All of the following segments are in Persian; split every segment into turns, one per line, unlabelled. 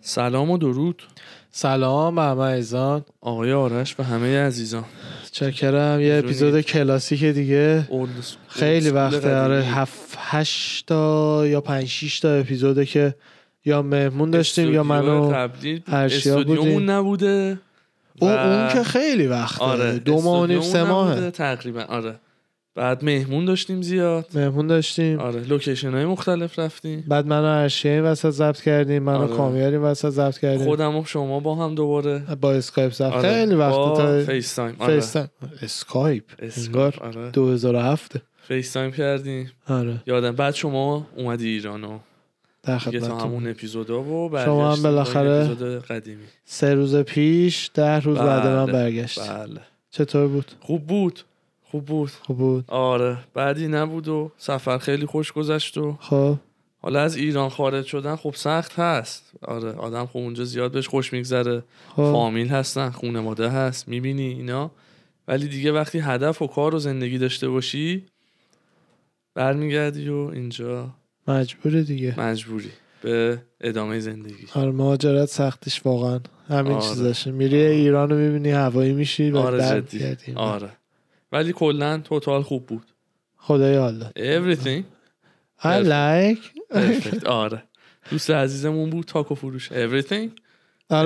سلام و درود
سلام همه ایزان
آقای آرش و همه عزیزان
چکرم یه اپیزود کلاسیک دیگه
اولد س-
خیلی
اولد
وقت
سکول
آره
قدیمی.
هفت هشت تا یا پنج شیش تا اپیزوده که یا مهمون داشتیم یا
استودیو
منو
قبلی
ارشیا
استودیومون
بودیم.
نبوده
او
و-
اون که خیلی وقته
آره
دو ماه و نیم
استودیومون
سه
نبوده
ماهه
تقریبا آره بعد مهمون داشتیم زیاد
مهمون داشتیم
آره لوکیشن های مختلف رفتیم
بعد منو ارشیه این وسط ضبط کردیم منو
آره.
کامیار این وسط ضبط کردیم
خودم و شما با هم دوباره
با اسکایپ ضبط
آره.
خیلی
با
وقت تا
فیس تایم آره.
فیس تایم. اسکایپ
اسکار
انگار
آره
2007
فیس تایم کردیم
آره
یادم بعد شما اومدی ایران و دیگه تا
در خدمتتون
همون اپیزودا و
خب، شما هم
برگشتیم با این
بالاخره-
اپیزود قدیمی
سه روز پیش ده روز بعد من
بله،
برگشت
بله
چطور بود
خوب بود خوب بود
خوب بود
آره بعدی نبود و سفر خیلی خوش گذشت و
خب
حالا از ایران خارج شدن خب سخت هست آره آدم خب اونجا زیاد بهش خوش میگذره
خب
فامیل هستن خونواده هست میبینی اینا ولی دیگه وقتی هدف و کار و زندگی داشته باشی برمیگردی و اینجا
مجبوره دیگه
مجبوری به ادامه زندگی
آره مهاجرت سختش واقعا همین
آره.
چیزشه میری ایران رو میبینی هوایی میشی و
آره
آره
جدی آره ولی کلا توتال خوب بود
خدای حالت
everything
I like
perfect آره دوست عزیزمون بود تاکو فروش everything
آره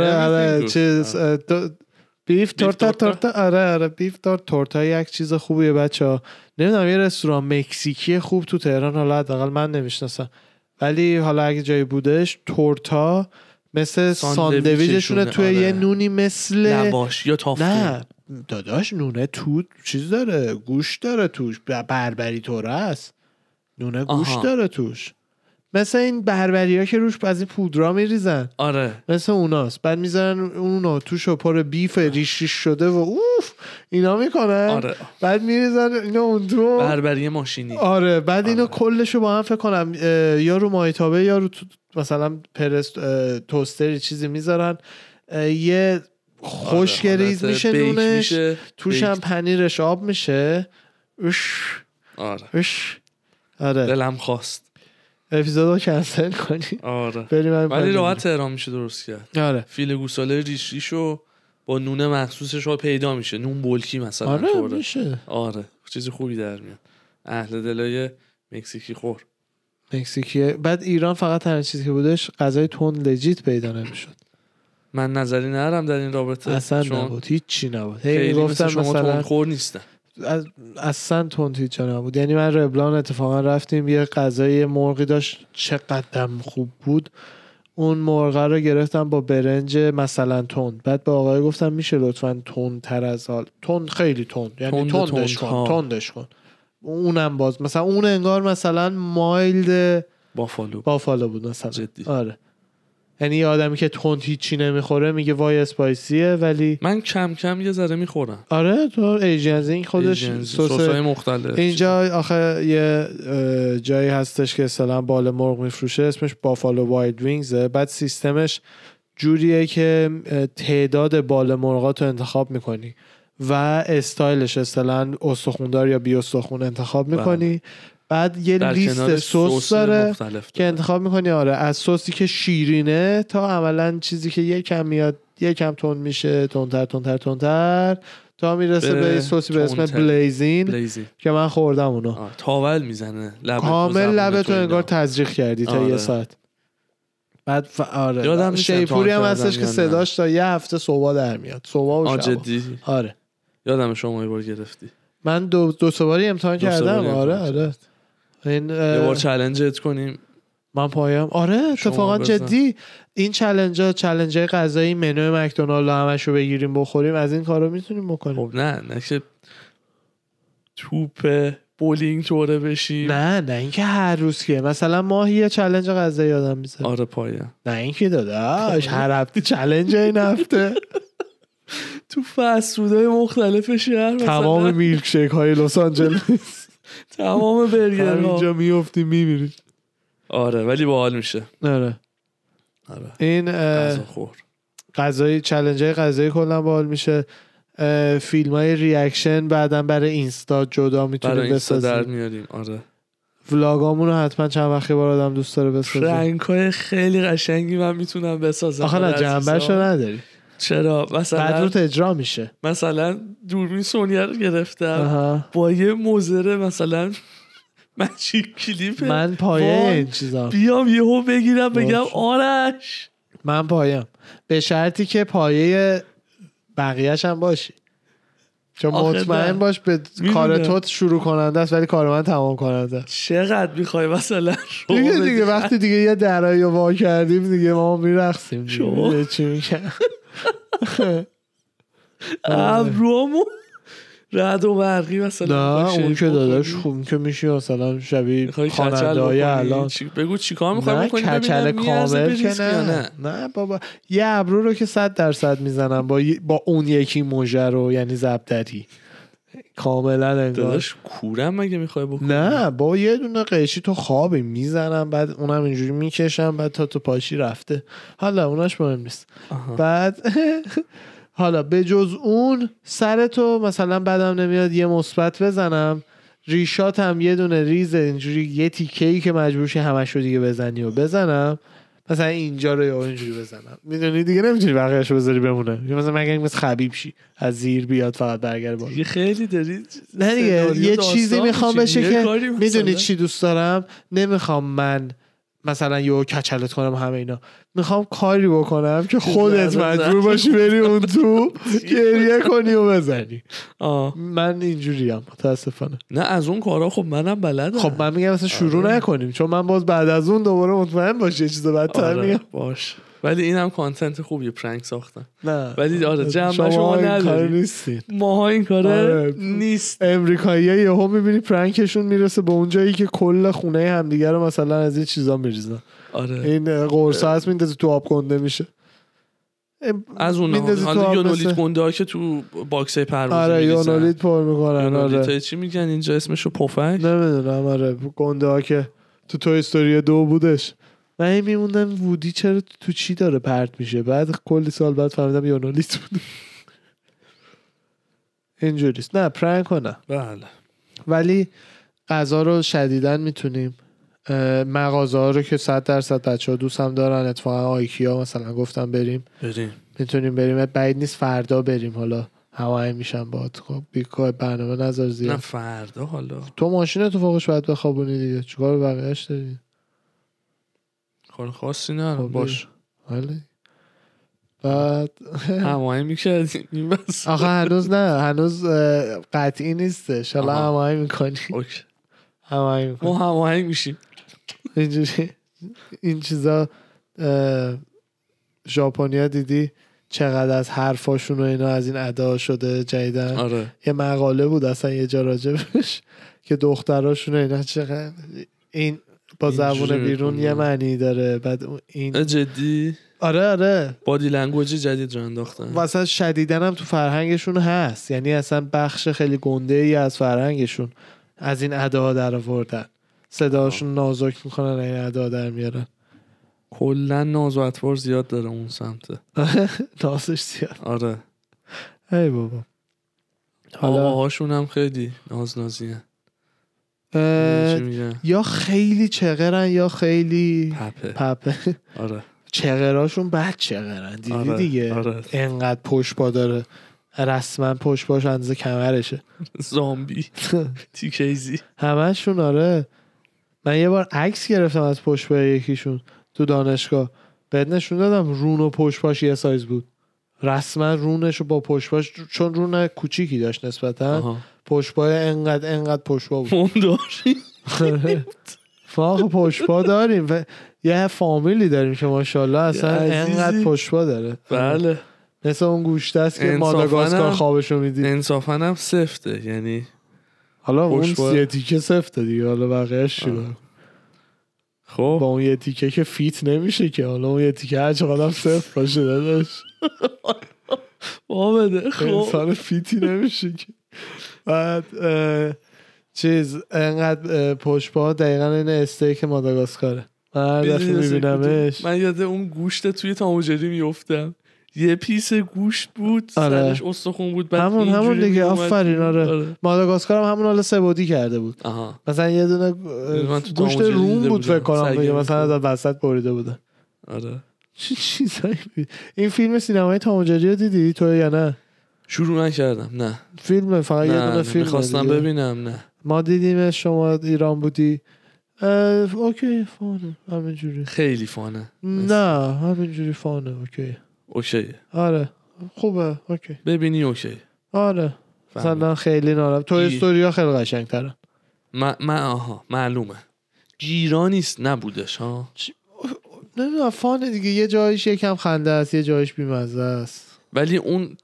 Everything
آره
good.
چیز
یعنی آره.
اه، دو- بیف تورتا
تورتا؟
تورتا آره آره بیف تورت تورتا یک چیز خوبیه بچه ها نمیدونم یه رستوران مکزیکی خوب تو تهران حالا حداقل من نمیشناسم ولی حالا اگه جایی بودش تورتا مثل
ساندویچشونه،
ساندویچشونه توی
آره.
یه نونی مثل
لواش یا تافته
نه داداش نونه تو چیز داره گوش داره توش ب- بربری توره است نونه گوش
آها.
داره توش مثل این بربری ها که روش از این پودرا میریزن
آره
مثل اوناست بعد میزنن اونو توش و پر بیف ریش ریش شده و اوف اینا میکنن
آره
بعد میریزن اینو اون تو
بربری ماشینی
آره بعد اینو
آره.
کلشو با هم فکر کنم اه، یا رو مایتابه یا رو تو- مثلا پرست اه، توستر یه چیزی میذارن اه، یه خشک
آره،
ریز
حالت
میشه
بیک
نونش
میشه.
توش
بیک.
هم پنیرش آب میشه اش
آره
اش آره
دلم خواست
اپیزود رو کنسل کنی
آره
بریم همین
ولی
پایین.
راحت تهران میشه درست کرد
آره
فیل گوساله ریش ریشو با نون مخصوصش ها پیدا میشه نون بلکی مثلا
آره
طوره.
میشه
آره چیز خوبی در میاد اهل دلای مکزیکی خور
مکزیکیه بعد ایران فقط تنها چیزی که بودش غذای تند لجیت پیدا نمیشد
من نظری نرم در این رابطه
اصلا
چون
نبود هیچی نبود هی
خیلی مثل
گفتم
شما مثلا...
مثلا
خور نیستن
از- اصلا تند هیچ جا نبود یعنی من ربلان اتفاقا رفتیم یه غذای مرغی داشت چقدرم خوب بود اون مرغه رو گرفتم با برنج مثلا تند بعد به آقای گفتم میشه لطفا تند تر از حال تند خیلی تند یعنی
تند
تندش
تندها.
کن تندش کن اونم باز مثلا اون انگار مثلا مایلد
بافالو
بافالو بود مثلا
جدی.
آره یعنی یه آدمی که تند هیچی نمیخوره میگه وای اسپایسیه ولی
من کم کم یه ذره میخورم
آره تو ایجنزین خودش
ایجنزی،
سس
سس‌های مختلف
اینجا آخه یه اه، جایی هستش که مثلا بال مرغ میفروشه اسمش بافالو واید وینگزه بعد سیستمش جوریه که اه، تعداد بال مرغات رو انتخاب میکنی و استایلش مثلا استخوندار یا بی استخون انتخاب میکنی بعد
بله.
یه
در
لیست
کنارش
سس
سس
داره
مختلف
که انتخاب میکنی آره از سوسی که شیرینه تا عملا چیزی که یکم میاد یکم تند میشه تندتر تندتر تندتر تا میرسه
به
به یه سوسی به اسم
تندتر.
بلیزین
بلیزی
که من خوردم اونو
آه، تاول میزنه لب
کامل لبتو انگار تزریق کردی تا
آره.
یه ساعت بعد ف... آره
یادم نیست
شیپوری هم
امتحان
هستش
کردم
که
یا نه.
صداش تا یه هفته صبح در میاد صبح و شب
جدی
آره
یادم شما یه بار گرفتی
من دو دو سه باری امتحان
دو سه باری
کردم
امتحان
آره
کردی.
آره این
یه
اه،
بار چالنجت کنیم
من پایم آره
شما
اتفاقا
بزن.
جدی این چلنج ها چلنج های غذایی منو مکدونالد همش رو بگیریم بخوریم از این کارا میتونیم بکنیم
خب نه نه که توپ بولینگ توره بشی
نه نه اینکه هر روز که مثلا ماهی یه چلنج غذایی آدم میزنه
آره پایم
نه اینکه داداش
خب.
هر هفته چلنج این هفته
تو فسودهای مختلف شهر
تمام
مثلا
میلک شیک های لس آنجلس
تمام برگرها
همینجا میافتیم میمیریم
آره ولی باحال میشه
آره
آره
این اه،
غذا خور
غذایی چلنج های غذایی کلا باحال میشه اه، فیلم های ریاکشن بعدا برای اینستا جدا میتونیم
برای اینستا در
بسازیم
میاریم آره
ولاگامون رو حتما چند وقتی بار آدم دوست داره بسازه
رنگ های خیلی قشنگی من میتونم بسازم
آخه نه جنبش رو نداری
چرا
بعد
مثلا
رو اجرا میشه
مثلا دوربین سونیا رو گرفتم
آها.
با یه موزره مثلا مجیک کلیپ
من پایه
وای.
این چیزا
بیام یهو بگیرم بگم
باش.
آرش
من پایم به شرطی که پایه بقیهش هم باشی چون
آخه
مطمئن
نه.
باش به
میدونم.
کار تو شروع کننده است ولی کار من تمام کننده است
چقدر میخوای مثلا رو
دیگه
بدی؟
دیگه وقتی دیگه یه درایی رو وا کردیم دیگه ما میرخسیم دیگه
شما.
می‌دونی چی میگم
ابروامون رد و برقی مثلا
نه
می‌خوای
اون
شیک
که داداش
بکنی؟
خوب اون که میشی مثلا شبیه
می‌خوای
خواننده های
کچل بکنی؟
الان
چی- بگو چیکار میخوای
نه
بکنی ببینم
کچل
می‌ارزه
کامل
بریزی
که
یا
نه نه بابا یه ابرو رو که صد درصد میزنم با ی- با اون یکی موژه رو یعنی زبدری کاملا انگار
داداش کورم مگه میخوای بکنی
نه با یه دونه قیشی تو خوابی میزنم بعد اونم اینجوری میکشم بعد تا تو پاشی رفته حالا اوناش مهم نیست
آها.
بعد حالا به جز اون سر تو مثلا بدم نمیاد یه مثبت بزنم ریشات هم یه دونه ریز اینجوری یه تیکه ای که مجبور شی همش رو دیگه بزنی و بزنم مثلا اینجا رو یا اینجوری بزنم میدونی دیگه نمیتونی بقیه‌اش رو بذاری بمونه یا مثلا مگه مثل خبیب شی از زیر بیاد فقط برگره بالا
دیگه خیلی داری
نه دیگه
سناریو
یه
داستان
چیزی میخوام
می‌چینی.
بشه
یه
که
کاری
میدونی
مثلا.
چی دوست دارم نمیخوام من مثلا یه کچلت کنم همه اینا میخوام کاری بکنم که خودت
زنه
مجبور
زنه.
باشی بری اون تو گریه کنی و بزنی
آه.
من اینجوریم متاسفانه
نه از اون کارا خب منم بلدم
خب من میگم مثلا شروع
آره.
نکنیم چون من باز بعد از اون دوباره مطمئن باشی یه چیز بدتر
آره.
میگم
باش ولی اینم کانتنت خوبی پرنک ساختن
نه
ولی آره، جنبه شما
این
نداری.
کار نیستین
ماها این کاره
آره.
نیست
امریکایی ها یهو میبینی پرنکشون میرسه به اون جایی که کل خونه همدیگه رو مثلا از این چیزا میریزن
آره
این قرص هست میندازی تو آب گنده میشه
از اون
میندازی تو
حالا
آب
یونولیت
مثل-
گنده ها که تو باکس پروازی
آره
می‌ریزن.
یونولیت پر میکنن
یونولیت
آره
های چی میگن اینجا اسمشو پفک
نمیدونم آره گنده ها که تو تو استوری دو بودش من هی میموندم وودی چرا تو چی داره پرت میشه بعد کلی سال بعد فهمیدم یونولیت بود اینجوریست نه پرنک و نه
بله
ولی غذا رو شدیدن میتونیم مغازه ها رو که صد درصد بچه ها دوست هم دارن اتفاقا آیکیا مثلا گفتم بریم
بریم
میتونیم بریم بعید نیست فردا بریم حالا هوای میشم باد خب بیکار برنامه نذار
نه
زیاد
فردا حالا
تو ماشین تو فوقش باید بخوابونی دیگه چیکار به بقیهش داری
کار خاصی نه
خب،
باش
ولی بعد
هماهنگ میکردیم این بس
آخه هنوز نه هنوز اه، قطعی نیستش حالا
آها.
هماهنگ میکنی
اوکی.
هماهنگ می‌کنی.
ما هماهنگ میشیم
اینجوری این چیزا اه، ژاپنیا دیدی چقدر از حرفاشون و اینا از این ادا شده جدیدن
آره
یه مقاله بود اصلا یه جا راجبش که دختراشون و اینا چقدر این با
اینجوری
زبون بیرون
می‌کنن.
یه معنی داره بعد اون-
نه
این
جدی
آره آره
بادی لنگویج جدید رو انداختن
واسه شدیدن هم تو فرهنگشون هست یعنی اصلا بخش خیلی گنده ای از فرهنگشون از این اداها در آوردن صداشون نازک میکنن این ادا در میارن
کلا ناز و اطوار زیاد داره اون سمت
نازش زیاد
آره
ای بابا حالا
آقاهاشون هم خیلی ناز نازیه یعنی
اه،
چی میگن
یا خیلی چغرن یا خیلی
پپه
پپه
آره
چغراشون بد چغرن دیدی
آره،
دیگه
آره.
انقدر پشت پا داره رسما پشت پاش اندازه کمرشه
زامبی تیکیزی
همشون آره من یه بار عکس گرفتم از پشت پای یکیشون تو دانشگاه بهت نشون دادم رون و پشت پاش یه سایز بود رسما رونش رو با پشت پاش چون رون کوچیکی داشت نسبتا
آها.
پشت پای انقدر انقدر پشت پا بود
منداری
فاق پشپا داریم و یه فامیلی داریم که ماشاءالله اصلا
عزیزی.
انقدر پشپا داره
بله
مثل اون گوشته است که
انصافاً
ماداگاسکار
هم-
خوابشو میدی
انصافا هم سفته یعنی
حالا اون
پشپا-
یه تیکه سفته دیگه حالا بقیهش چی
آه.
بود؟ با
خب
اون یه تیکه که فیت نمیشه که حالا اون یه تیکه هر چقدر هم صفر باشه داداش
با بده خب
انسان فیتی نمیشه که بعد اه، چیز انقدر اه، پشپا دقیقا این استیک ماداگاسکاره من هر دفعه
بیزینس
میبینمش
کدوم؟ من یاد اون گوشت توی تاموجری میفتم یه پیس گوشت بود
آره.
سرش استخون بود بعد
همون-
اینجوری
همون دیگه،
می‌اومد.
آفرین، آره. ماداگاسکار هم همون حالا سبودی کرده بود
آها
مثلا یه دونه
من
اه،
تو
گوشت
تاموجه
روم
دیده
بود
بودم.
فکر کنم
سگه
دیگه
بود.
مثلا از وسط بریده بودن
آره
چه چیزایی بود؟ این فیلم سینمایی تاموجری رو دیدی تو یا نه
شروع نکردم نه
فیلم فقط یه
نه
دونه فیلم
میخواستم
دیگه.
ببینم نه
ما دیدیم شما ایران بودی اه، اوکی فانه همینجوری
خیلی فانه
نه همینجوری فانه اوکی
اوکی
آره خوبه اوکی
ببینی اوکی
آره
فهمیدم.
مثلا خیلی نارم تو
ای.
استوریا خیلی قشنگ تره
من من آها معلومه جیرا نیست نبودش ها
نمیدونم فانه دیگه یه جایش یکم خنده است یه جایش بیمزه است
ولی اون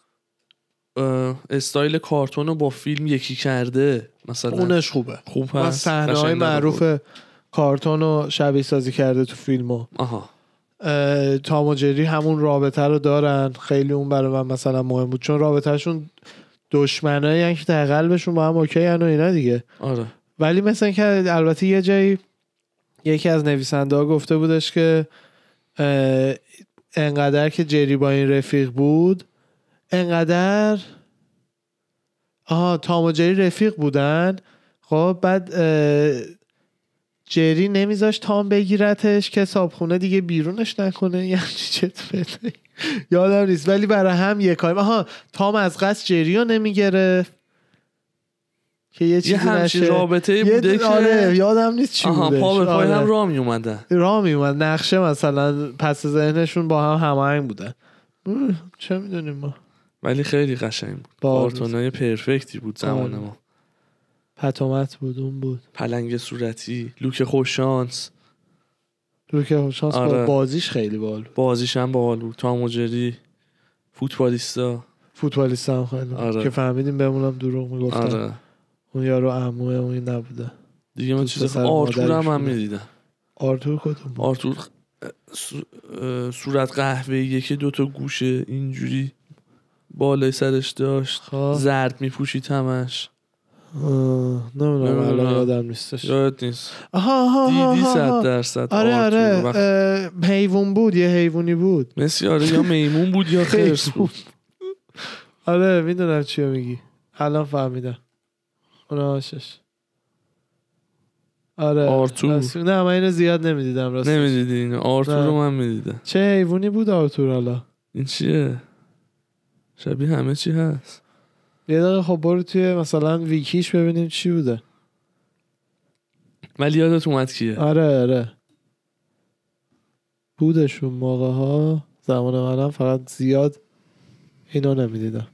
اه، استایل کارتون رو با فیلم یکی کرده مثلا
اونش خوبه
خوب
و
هست
صحنه های
خب، قشنگ نبود.
معروف کارتون رو شبیه سازی کرده تو فیلمو
آها
اه، تام و جری همون رابطه رو دارن خیلی اون برای من مثلا مهم بود چون رابطهشون دشمنایی که در قلبشون با هم اوکی هن و اینا دیگه
آره
ولی مثلا که البته یه جایی یکی از نویسنده ها گفته بودش که اه، انقدر که جری با این رفیق بود انقدر آها تام و جری رفیق بودن خب بعد اه، جری نمیذاش تام بگیرتش که صابخونه دیگه بیرونش نکنه یعنی چت بده یادم نیست ولی برای هم یه کاری آها تام از قصد جری رو نمیگرفت که یه
یه
چیزی
همچین
نشه
رابطه
یه
بوده
دو-
که
آره یادم نیست چی
آها
بودش
پا به پای
آره.
هم را می اومدن
راه می اومد نقشه مثلا پس ذهنشون با هم هماهنگ بودن م، چه میدونیم ما
ولی خیلی قشنگ بود
با
کارتونای پرفکتی بود زمان
آره.
ما
پتومت بود اون بود
پلنگ صورتی لوک خوششانس
لوکه شانس
آره.
با بازیش خیلی بال بود.
بازیش هم باحال بود تام و جری فوتبالیستا
فوتبالیست هم خیلی بود.
آره.
که فهمیدیم بهمونم دروغ میگفتن
آره
اون یارو عموه اون این نبوده
دیگه من
تو
چیز
پسر
آرتور هم
مادرشونه.
من میدیدم
آرتور کدوم بود
آرتور اه، سو- اه، صورت قهوه یکی دوتا گوشه اینجوری بالای سرش داشت
خواه.
زرد میپوشید همش
آه، نمیدونم
نمیدونم.
الان یادم نیستش
یاد نیست
آها آها، آها
دیدی
آها،
صد
آها.
درصد
آره
آرتور
آره
وقت-
اه، حیوان بود یه حیوانی بود
مسی آره یا میمون بود یا خرس بود
آره میدونم چیو میگی الان فهمیدم اونا آشش آره
آرتور.
راست- نه من اینو زیاد نمیدیدم راست
نمیدیدی اینو آرتور
نه.
رو من میدیدم
چه حیوانی بود آرتور حالا
این چیه شبیه همه چی هست
یه دقیقه خب برو توی مثلا ویکیش ببینیم چی بوده
ولی یادت اومد کیه
آره آره بودش اون موقع ها زمان منم فقط زیاد اینو نمیدیدم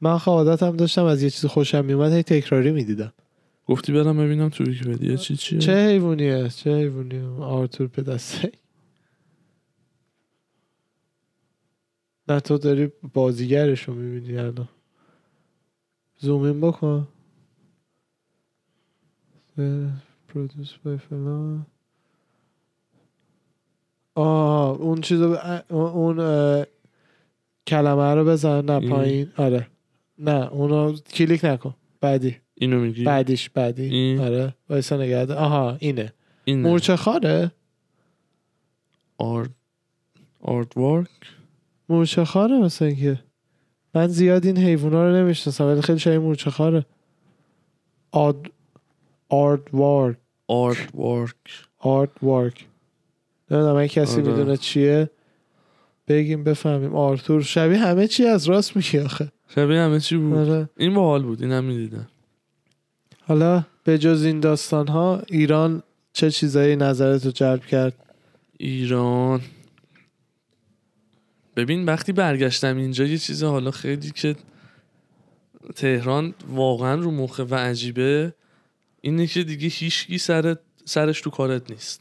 من خواهدت هم داشتم از یه چیز خوشم میومد هی تکراری میدیدم
گفتی برم ببینم تو ویکی‌پدیا چی چیه
چه حیوانیه چه حیوانیه آرتور پدسته نه تو داری بازیگرش رو میبینی الان زومین بکن پرودوس بای فلان آه اون چیز رو ب- اه، اون اه، کلمه رو بزن نه
این؟
پایین آره نه اونو کلیک نکن بعدی
اینو میگی
بعدیش بعدی
این؟
آره وایسا نگرد آها اینه
این نه.
مورچه خاره
آرت آرت وارک
مورچه خاره مثلا که من زیاد این حیوونا رو نمیشناسم ولی خیلی شبیه مورچه خاره آد آرد وارک
آرت وارک
آرد وارک نمیدونم اگه کسی
آره.
میدونه چیه بگیم بفهمیم آرتور شبیه همه چی از راست میگی آخه
شبیه همه چی بود
آره.
این باحال بود اینم میدیدم
حالا به جز این داستان ها ایران چه چیزایی نظرتو جلب کرد
ایران ببین وقتی برگشتم اینجا یه چیز حالا خیلی که تهران واقعا رو مخه و عجیبه اینه که دیگه هیچکی سر سرش تو کارت نیست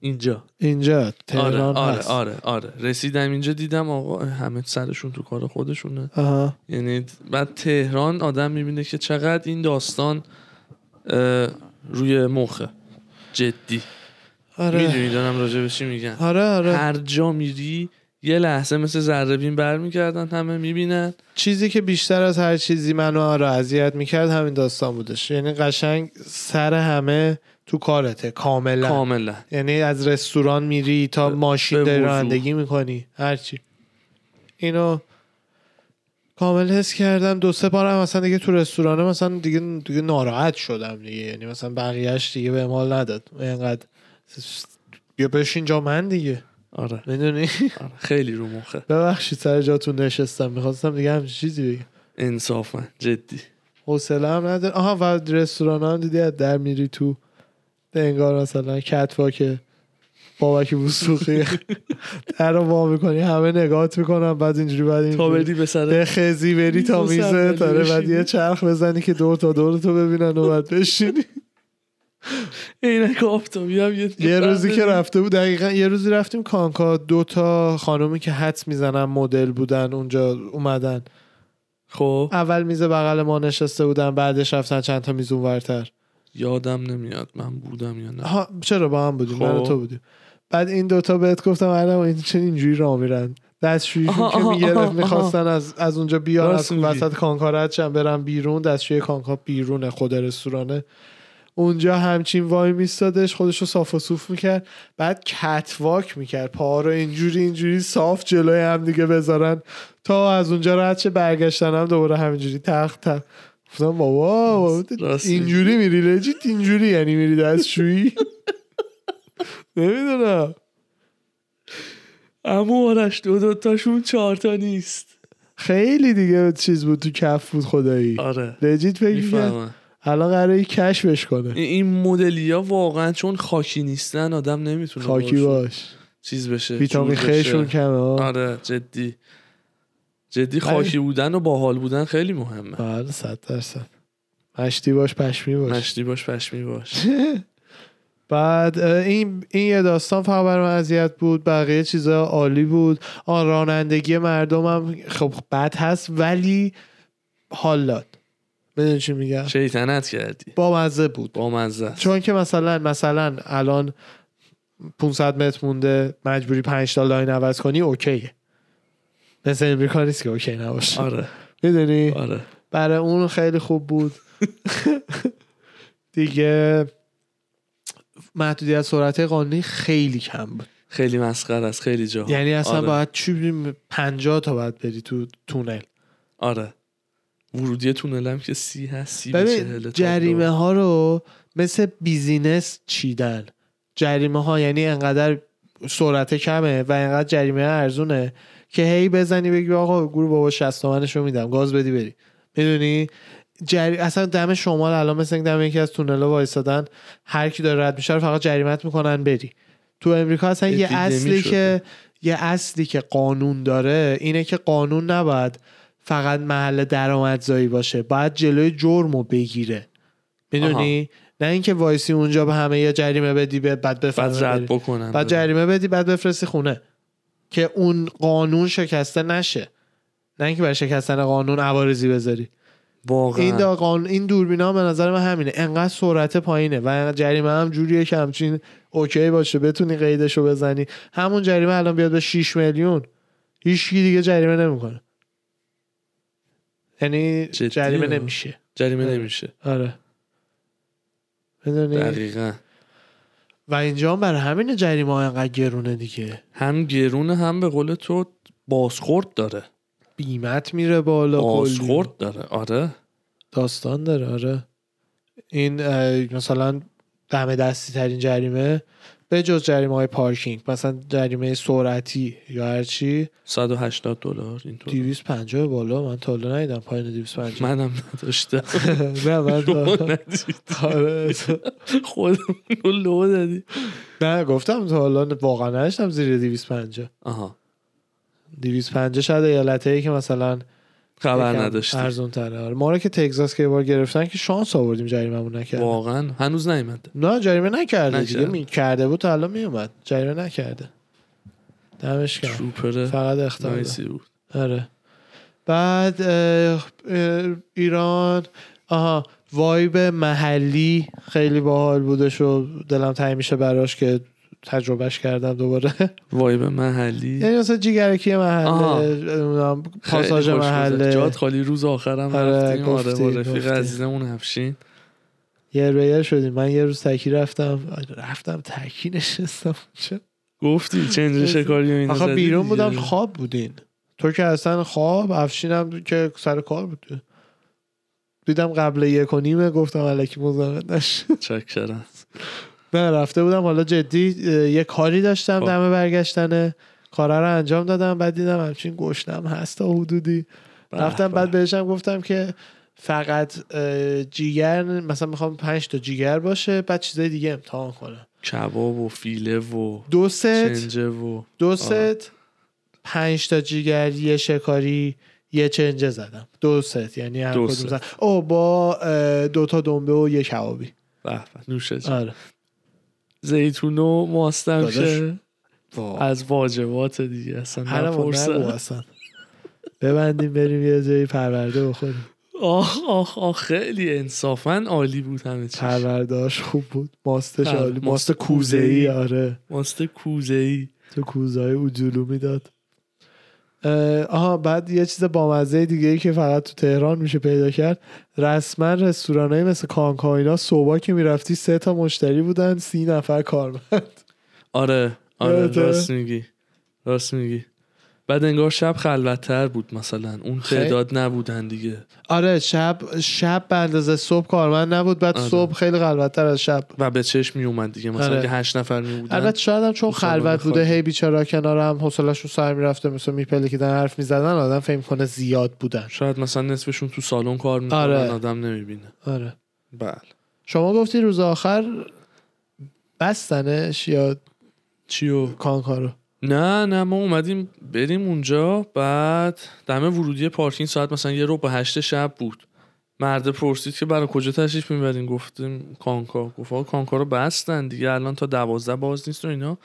اینجا
اینجا
آره
تهران
آره
هست
آره آره رسیدم اینجا دیدم آقا همه سرشون تو کار خودشونه
آها.
یعنی بعد تهران آدم میبینه که چقدر این داستان اه، روی مخه جدی میدونی دارم راجع به چی میگن
آره آره
هر جا میری یه لحظه مثل ذره بین برمیگردن همه میبینن
چیزی که بیشتر از هر چیزی منو رو اذیت میکرد همین داستان بودش یعنی قشنگ سر همه تو کارته کاملا
کاملا
یعنی از رستوران میری تا ماشین
به
داری
وضوح.
رانندگی میکنی هرچی اینو کامل حس کردم دو سه بارم مثلا دیگه تو رستورانه مثلا دیگه دیگه ناراحت شدم دیگه یعنی مثلا بقیهش دیگه به مال نداد اینقدر بیا بشین اینجا من دیگه
آره,
میدونی
آره. خیلی رو مخه
ببخشید سر جاتون نشستم میخواستم دیگه همچین چیزی بگم
انصافا جدی
حوصله هم نداره آها و رستوران هم دیدی از در میری تو انگار مثلا کتفاک بابک بوسوخی در رو وا میکنی همه نگاهت میکنن بعد اینجوری بعد
تا
این
بدی به سر
بخزی بری
تو
تا
صندلی
میزه تاره بعد
بشینی.
یه چرخ بزنی که دور تا دور تو ببینن و بعد بشینی
عینک آفتابی هم یه
یه روزی که
بده.
رفته بود دقیقا یه روزی رفتیم کانکا دو تا خانومی که حدس میزنن مدل بودن اونجا اومدن
خب
اول میز بغل ما نشسته بودن بعدش رفتن چند تا میز اونورتر
یادم نمیاد من بودم یا نه
ها چرا با هم بودیم
خب.
من و تو بودیم بعد این دوتا بهت گفتم الان این چه اینجوری راه میرن دستشوییشون
آها،
که
آها، آها،
میگرفت
آها.
میخواستن از, از اونجا بیان
راست
از
میگی.
وسط کانکا رد شن برن بیرون دستشوی کانکا بیرونه خود رستورانه اونجا همچین وای میستادش خودش رو صاف و صوف میکرد بعد کتواک میکرد پاها رو اینجوری اینجوری صاف جلوی هم دیگه بذارن تا از اونجا رد شه برگشتن هم دوباره همینجوری تخت تخت گفتم بابا
راست میگی.
اینجوری میری لجیت اینجوری یعنی میری دستشویی نمیدونم
اما آرش دو دو تاشون چهار تا نیست
خیلی دیگه چیز بود تو کف بود خدایی
آره
لجیت فکر کرد
میفهمم
الان قراره یه کشفش کنه
این- این مدلی ها واقعا چون خاکی نیستن آدم نمیتونه
خاکی
باشون
باش
چیز بشه
ویتامین
جور بشه.
خشون کمه ها.
آره جدی جدی
ولی-
خاکی بودن و باحال بودن خیلی مهمه
بله صد درصد مشتی باش پشمی باش
مشتی باش پشمی باش
بعد اه، این این یه داستان فقط برای من اذیت بود بقیه چیزا عالی بود آن رانندگی مردم هم خب بد هست ولی حال داد میدونی چی میگم
شیطنت کردی
با مزه بود
با مزه است.
چون که مثلا مثلا الان 500 متر مونده مجبوری 5 تا لاین عوض کنی اوکیه مثل امریکا نیست که اوکی نباشه
آره
میدونی
آره
برای اون خیلی خوب بود دیگه محدودیت سرعت قانونی خیلی کم بود
خیلی مسخره است خیلی جا
یعنی اصلا
آره.
باید چی بدونیم 50 تا باید بری تو تونل
آره ورودی تونل هم که سی هست سی به چهل
ببین
تابلو.
جریمه ها رو مثل بیزینس چیدن جریمه ها یعنی انقدر سرعت کمه و انقدر جریمه ارزونه که هی بزنی بگی آقا گروه بابا 60 تومنش رو میدم گاز بدی بری میدونی جری... اصلا دم شمال الان مثل اینکه دم یکی از تونلا وایسادن هر کی داره رد میشه رو فقط جریمت میکنن بری تو امریکا اصلا یه
اپیدمی
اصلی
شده.
که یه اصلی که قانون داره اینه که قانون نباید فقط محل درآمدزایی باشه باید جلوی جرمو بگیره میدونی نه اینکه وایسی اونجا به همه یه جریمه بدی به بعد
بعد
بفهمی
رد
بری.
بکنن
بعد
ببین.
جریمه بدی بعد بفرستی خونه که اون قانون شکسته نشه نه اینکه برای شکستن قانون عوارضی بذاری
واقعا
این دا قانون این دوربینا هم به نظر من همینه انقدر سرعت پایینه و انقدر جریمه هم جوریه که همچین اوکی باشه بتونی قیدشو بزنی همون جریمه الان بیاد به 6 میلیون هیچ کی دیگه جریمه نمیکنه یعنی
جدیه.
جریمه نمیشه
جریمه
آره.
نمیشه
آره میدونی
دقیقا
و اینجا هم برای همین جریمه ها انقدر گرونه دیگه
هم گرونه هم به قول تو بازخورد داره
بیمت میره بالا کلی
بازخورد داره آره
داستان داره آره این اه، مثلا دم دستی ترین جریمه به جز جریمه های پارکینگ مثلا جریمه سرعتی یا هرچی
180 دلار اینطور
250 بالا من تا حالا ندیدم پایین 250
منم نداشتم
نه من
شما
تا-
ندید
آره.
خودمون رو لو دادی
نه گفتم تا حالا واقعا نداشتم زیر 250
آها
250 شاید ایالتایی که مثلا
خبر نداشتی
ارزون تره آره ما رو که تگزاس که یه بار گرفتن که شانس آوردیم جریممون نکرد
واقعا هنوز نیومده
نه جریمه نکرده دیگه
نکرد.
می کرده بود تا الان می اومد جریمه نکرده دمش گرم
تروپر
فقط اختار داد.
نایسی بود
آره بعد اه، اه، ایران آها وایب محلی خیلی باحال بودش و دلم تنگ میشه براش که تجربهش کردم دوباره
وایب محلی
یعنی مثلا جیگرکی
آها.
محله نمیدونم،
خیلی
پاساژ
خوش گذشت.
محله
جات خالی روز آخرم
آره،
رفتیم آره
گفتی،
با رفیق
گفتی.
عزیزمون افشین
یه به یه شدیم من یه روز تکی رفتم رفتم تکی نشستم اونجا
گفتی چنج شکاری و اینا
آخه
زدی
بیرون خب.
دیگه.
بودم خواب بودین تو که اصلا خواب افشینم که سر کار بود دیدم قبل یک و نیمه گفتم الکی مزاحمت نش
چکرم
نه رفته بودم حالا جدی اه، یه کاری داشتم
خب.
دم برگشتنه کارا رو انجام دادم بعد دیدم همچین گشنم هست تا حدودی
به
رفتم
به.
بعد بهشم گفتم که فقط اه، جیگر مثلا میخوام پنج تا جیگر باشه بعد چیزای دیگه امتحان کنم
کباب و فیله و
دو ست
چنجه و
دو
آه.
ست پنج تا جیگر یه شکاری یه چنجه زدم دو ست یعنی هر
دو
کدوم
ست.
زدم او با اه، دو تا دنبه و یه کبابی
به به نوشه جان.
آره
زیتون و ماستم
داداش.
شه از واجبات دیگه اصلا
هر
نپرسن
اصلا ببندیم بریم یه جایی پرورده بخوریم
آخ آخ آخ خیلی انصافا عالی بود همه چیز
پروردهاش خوب بود ماستش
پر-
عالی
ماست
ماست کوزه ای
کوزه‌ای.
آره
ماست کوزه ای
تو کوزه های اوجولو میداد اه، آها بعد یه چیز بامزه دیگه ای که فقط تو تهران میشه پیدا کرد رسما رستوران های مثل کانکا اینا صبح که میرفتی سه تا مشتری بودن سی نفر کارمند
آره آره
یادته؟
راست میگی راست میگی بعد انگار شب خلوتتر بود مثلا اون
خیلی.
تعداد نبودن دیگه
آره شب شب به اندازه صبح کارمند نبود بعد
آره.
صبح خیلی خلوتتر از شب
و به چشم می اومد دیگه مثلا
آره.
که هشت نفر می بودن
البته شاید هم چون
تو سالن
خلوت بوده
خالی.
هی بیچاره کنار هم حوصله‌شون سر میرفته مثل میپلکیدن حرف میزدن آدم فکر کنه زیاد بودن
شاید مثلا نصفشون تو سالن کار میکنن
آره.
آدم نمیبینه
آره
بله
شما گفتی روز آخر بستنش یا
چیو
کانکارو
نه نه ما اومدیم بریم اونجا بعد دم ورودی پارکینگ ساعت مثلا یه رو به هشت شب بود مرد پرسید که برای کجا تشریف میبرین گفتیم کانکا گفت آقا کانکا رو بستن دیگه الان تا دوازده باز نیست و اینا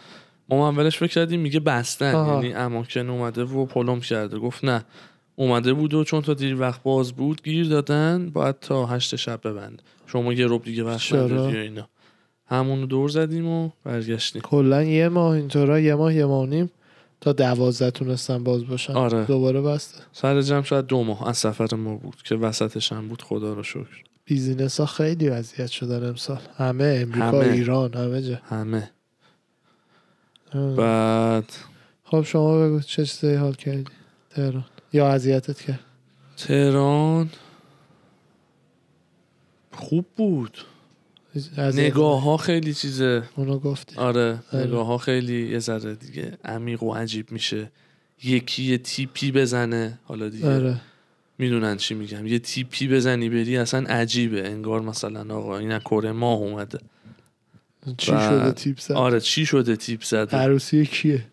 ما هم اولش فکر کردیم میگه بستن
آها.
یعنی اماکن اومده و پلم کرده گفت نه اومده بود و چون تا دیر وقت باز بود گیر دادن باید تا هشت شب ببند شما یه رب دیگه وقت
چرا؟
نداری و اینا همونو دور زدیم و برگشتیم
کلا یه ماه اینطورا یه ماه یه ماه و نیم تا دوازده تونستن باز باشن
آره.
دوباره بسته
سر جمع شاید دو ماه از سفر ما بود که وسطش هم بود خدا رو شکر
بیزینس ها خیلی اذیت شدن امسال همه امریکا
همه.
ایران همه جا
همه
آه.
بعد
خب شما بگو چه چیزایی حال کردی تهران یا اذیتت کرد
تهران خوب بود
اذیت-
نگاه ها خیلی چیزه
اونو گفتی
آره
آره.
نگاه ها خیلی یه ذره دیگه عمیق و عجیب میشه یکی یه تیپی بزنه حالا دیگه
آره
میدونن چی میگم یه تیپی بزنی بری اصلا عجیبه انگار مثلا آقا این از کره ماه اومده
چی
بعد-
شده تیپ زد
آره چی شده تیپ زده
عروسی کیه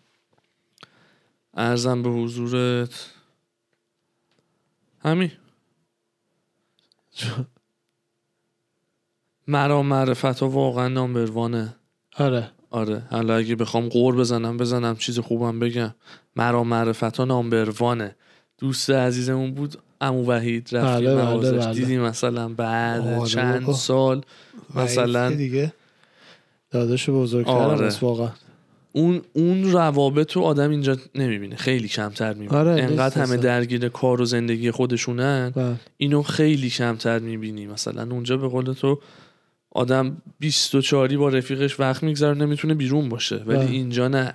ارزم به حضورت همین مرا معرفت ها واقعا نامبروانه
آره
آره حالا اگه بخوام قور بزنم بزنم چیز خوبم بگم مرا معرفت ها نامبروانه دوست عزیزمون بود امو وحید
بله،
رفتیم
بله،
مغازش
بله.
دیدی مثلا بعد
آره
چند
بابا.
سال
وحید
مثلا
که دیگه داداش بزرگتر
آره.
آره. واقعا
اون اون روابط رو آدم اینجا نمیبینه خیلی کمتر میبینه
آره، نیست
انقدر همه
اصلا.
درگیر کار و زندگی خودشونن
بله.
اینو خیلی کمتر میبینی مثلا اونجا به قول تو آدم 24 با رفیقش وقت میگذره نمیتونه بیرون باشه ولی
بله.
اینجا نه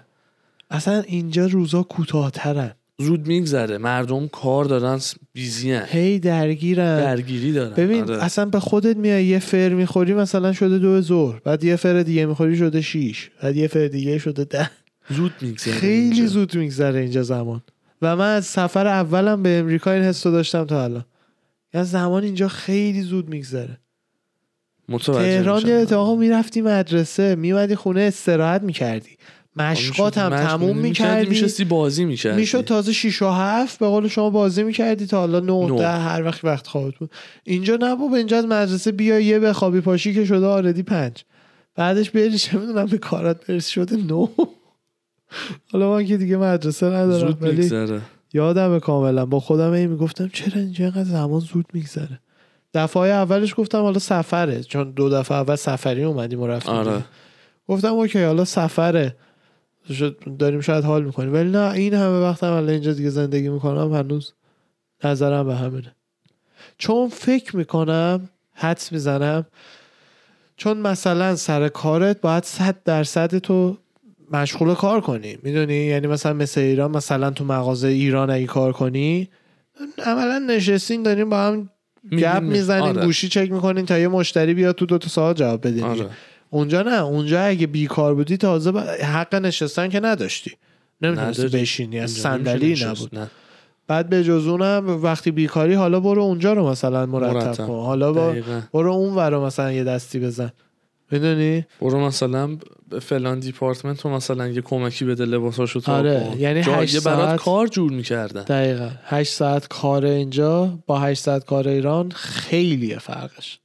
اصلا اینجا روزا کوتاهترن
زود میگذره مردم کار دارن س- بیزین
هی درگیرن
درگیری دارن
ببین
آره.
اصلا به خودت میای یه فر میخوری مثلا شده دو ظهر بعد یه فر دیگه میخوری شده شیش بعد یه فر دیگه شده ده
زود میگذره
خیلی زود میگذره اینجا زمان و من از سفر اولم به امریکا این حس رو داشتم تا الان یا زمان اینجا خیلی زود میگذره تهران یادت آقا میرفتی مدرسه میومدی خونه استراحت میکردی مشقات هم تموم میکردی
میشستی بازی میکردی
میشد تازه 6 و 7 به قول شما بازی میکردی تا حالا 9
نه.
10 هر وقت وقت خوابت بود اینجا نه بابا اینجا از مدرسه بیا یه به خوابی پاشی که شده آردی 5 بعدش بری چه میدونم به کارات برسی شده 9 حالا من که دیگه مدرسه ندارم
زود
ولی
میگذره
یادم کاملا با خودم این میگفتم چرا اینجا اینقدر زمان زود میگذره دفعه اولش گفتم حالا سفره چون دو دفعه اول سفری اومدیم و رفتیم
آره
گفتم اوکی حالا سفره شد- داریم شاید حال میکنیم ولی نه این همه وقت هم الان اینجا دیگه زندگی میکنم هنوز نظرم به همینه چون فکر میکنم حدس میزنم چون مثلا سر کارت باید صد درصد تو مشغول کار کنی میدونی یعنی مثلا مثل ایران مثلا تو مغازه ایران اگه کار کنی عملا نشستین داریم با هم گپ
می‌بینی.
میزنین
آره.
گوشی چک میکنین تا یه مشتری بیاد تو دو تا ساعت جواب بدین
آره.
اونجا نه اونجا اگه بیکار بودی تازه ب- حق نشستن که نداشتی نمیتونستی
نداری.
بشینی از
اینجا نمیشه
صندلی
نشست.
نبود
نه.
بعد به جز اونم وقتی بیکاری حالا برو اونجا رو مثلا مرتب,
مرتب.
کن حالا با
دقیقاً.
برو اون ور رو مثلا یه دستی بزن میدونی
برو مثلا به فلان دیپارتمنت رو مثلا یه کمکی بده لباساشو تو
آره،
کن.
یعنی
جا-
هشت
یه برات
ساعت-
کار جور میکردن
دقیقا 8 ساعت کار اینجا با 8 ساعت کار ایران خیلیه فرقش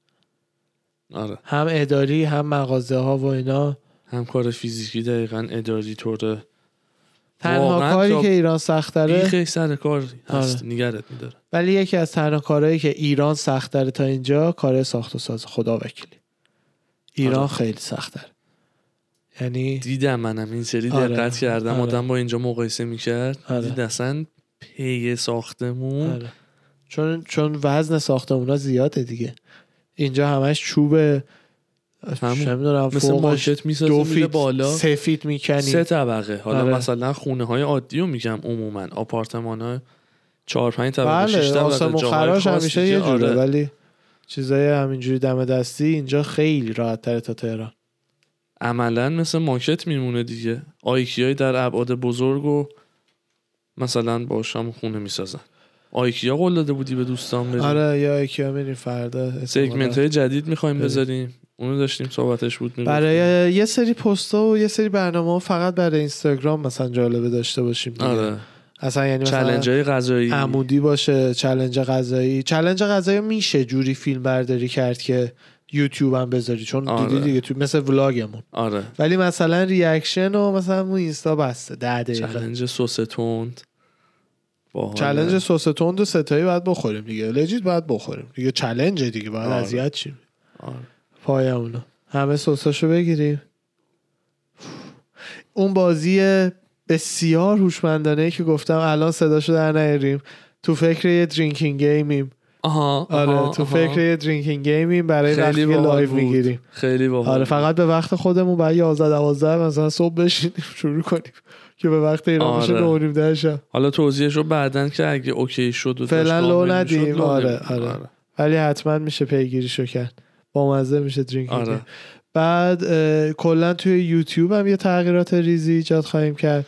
آره
هم اداری هم مغازه ها و اینا
هم کار فیزیکی دقیقا اداری طور
تنها
واقعاً
کاری
جا-
که ایران سختره
بیخی سر کار هست
آره.
نگرت میداره
ولی یکی از تنها کارهایی که ایران سختره تا اینجا کار ساخت و ساز خدا وکیلی ایران
آره.
خیلی سختره یعنی
دیدم منم این سری
آره.
دقت کردم
آره.
آدم با اینجا مقایسه میکرد
آره.
دید اصلا پی ساختمون
آره. چون چون وزن ساختمونا زیاده دیگه اینجا همش چوب نمیدونم
مثل ماشت
دو
میسازه میره
فیت
بالا یعنی
سه فیت
سه
میکنی
طبقه حالا
آره.
مثلا خونه های عادی رو میگم عموما آپارتمان های چهار پنج طبقه شش
بله
طبقه
آسم و
جاهای
خراش
خاص
همیشه
دیگه،
یه جوره
آره.
ولی چیزای همینجوری دم دستی اینجا خیلی راحت تره تا تهران
عملا مثل ماکت میمونه دیگه آیکیای در ابعاد بزرگ و مثلا با شام خونه میسازن آیکیا قول داده بودی به دوستان بریم
آره یا کیا میریم فردا احتمالاً.
سگمنت های جدید میخوایم
بریم.
بذاریم اونو داشتیم صحبتش بود می‌گفتیم.
آره. برای یه سری پستا و یه سری برنامه ها فقط برای اینستاگرام مثلا جالبه داشته باشیم دیگه.
آره
اصلا یعنی مثلا
چلنج های غذایی
عمودی باشه چلنج غذایی چلنج غذایی میشه جوری فیلم برداری کرد که یوتیوب هم بذاری چون
آره.
دیدی دیگه تو مثل ولاگمون
آره
ولی مثلا ریاکشن و مثلا اون اینستا بسته ده دقیقه
چلنج سس تند با
چلنج
آره.
سس تند و ستایی باید بخوریم دیگه لجیت باید بخوریم دیگه چلنج دیگه باید
آره.
اذیت شیم پایمونو همه سساشو بگیریم اون بازی بسیار هوشمندانه که گفتم الان صداشو در نیاریم تو فکر یه درینکینگ گیمیم
آها
آره
آها،
تو
آها.
فکر یه درینکینگ گیمیم برای وقتی که
باحال
لایو
بود.
میگیریم
خیلی باحال
آره
بود.
فقط به وقت خودمون بعد 11 12 مثلا صبح بشینیم شروع کنیم که به وقت ایران باشه
آره.
9 نیم ده شب
حالا توضیحش رو بعدن که اگه اوکی شد و
فعلا
داشت کامل
لو
می‌شد،
ندیم.
لو
آره،
نمی‌دیم.
آره. ولی حتما میشه پیگیریشو کرد با مزه میشه درینکینگ
آره.
گیم. بعد اه، کلا توی یوتیوب هم یه تغییرات ریزی ایجاد خواهیم کرد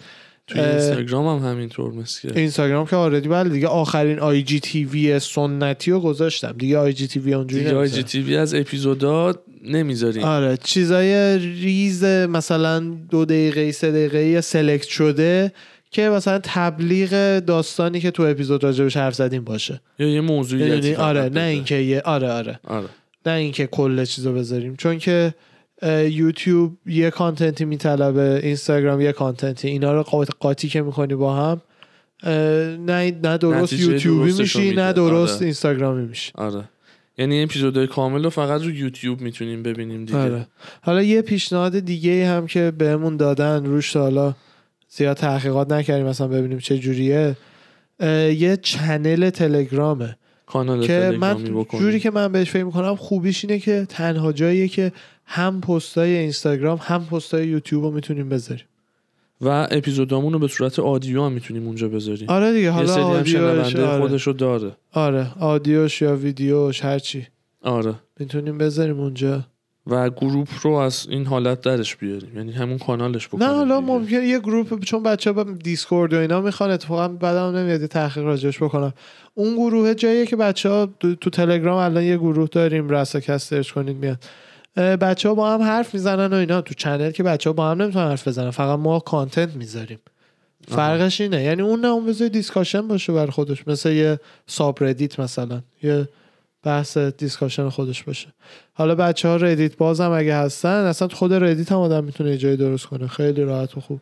توی
اه،
اینستاگرام هم همینطور مثل
اینستاگرام که آردی بله دیگه آخرین آی جی تی وی سنتی رو گذاشتم دیگه آی جی تی وی اونجوری
دیگه آی
نمی‌ذارم.
جی تی وی از اپیزودا نمیذاریم
آره چیزای ریز مثلا دو دقیقه سه دقیقه یا سلکت شده که مثلا تبلیغ داستانی که تو اپیزود راجبش حرف زدیم باشه
یا یه موضوعی
یعنی
فقط
آره
بده.
نه اینکه یه آره آره
آره
نه اینکه کل چیزو بذاریم چون که اه، یوتیوب یه کانتنتی میطلبه اینستاگرام یه کانتنتی اینا رو قاط- قاطی که میکنی با هم اه، نه نه درست
نتیجه
یوتیوبی
درستشو
میشی
میده.
نه درست
آره.
اینستاگرامی میشی
آره یعنی این اپیزودهای کامل رو فقط رو یوتیوب میتونیم ببینیم دیگه
آره. حالا یه پیشنهاد دیگه هم که بهمون دادن روش تا حالا زیاد تحقیقات نکردیم مثلا ببینیم چه جوریه اه، یه چنل تلگرامه
کانال
که
تلگرامی
من
بکنیم
جوری که من بهش فکر میکنم خوبیش اینه که تنها جاییه که هم پستای اینستاگرام هم پستای یوتیوب رو میتونیم بذاریم
و اپیزودامون رو به صورت آدیو هم میتونیم اونجا بذاریم
آره دیگه
یه سری
حالا
هم
آدیوش
شنونده
آره.
خودش رو داره
آره آدیوش یا ویدیوش هرچی
آره
میتونیم بذاریم اونجا
و گروپ رو از این حالت درش بیاریم یعنی همون کانالش بکنیم
نه حالا
دیگه.
ممکنه یه گروه چون بچه با دیسکورد و اینا میخوان اتفاقا بدم نمیاد یه تحقیق راجعش بکنم اون گروه جاییه که بچه ها تو, تو تلگرام الان یه گروه داریم رساکست سرچ کنید میاد بچه ها با هم حرف میزنن و اینا تو چنل که بچه ها با هم نمیتونن حرف بزنن فقط ما کانتنت میذاریم فرقش اینه یعنی اون نه اون بذاری دیسکاشن باشه بر خودش مثل یه ساب ردیت مثلا یه بحث دیسکاشن خودش باشه حالا بچه ها ردیت باز هم اگه هستن اصلا خود ردیت هم آدم میتونه یه جایی درست کنه خیلی راحت و خوب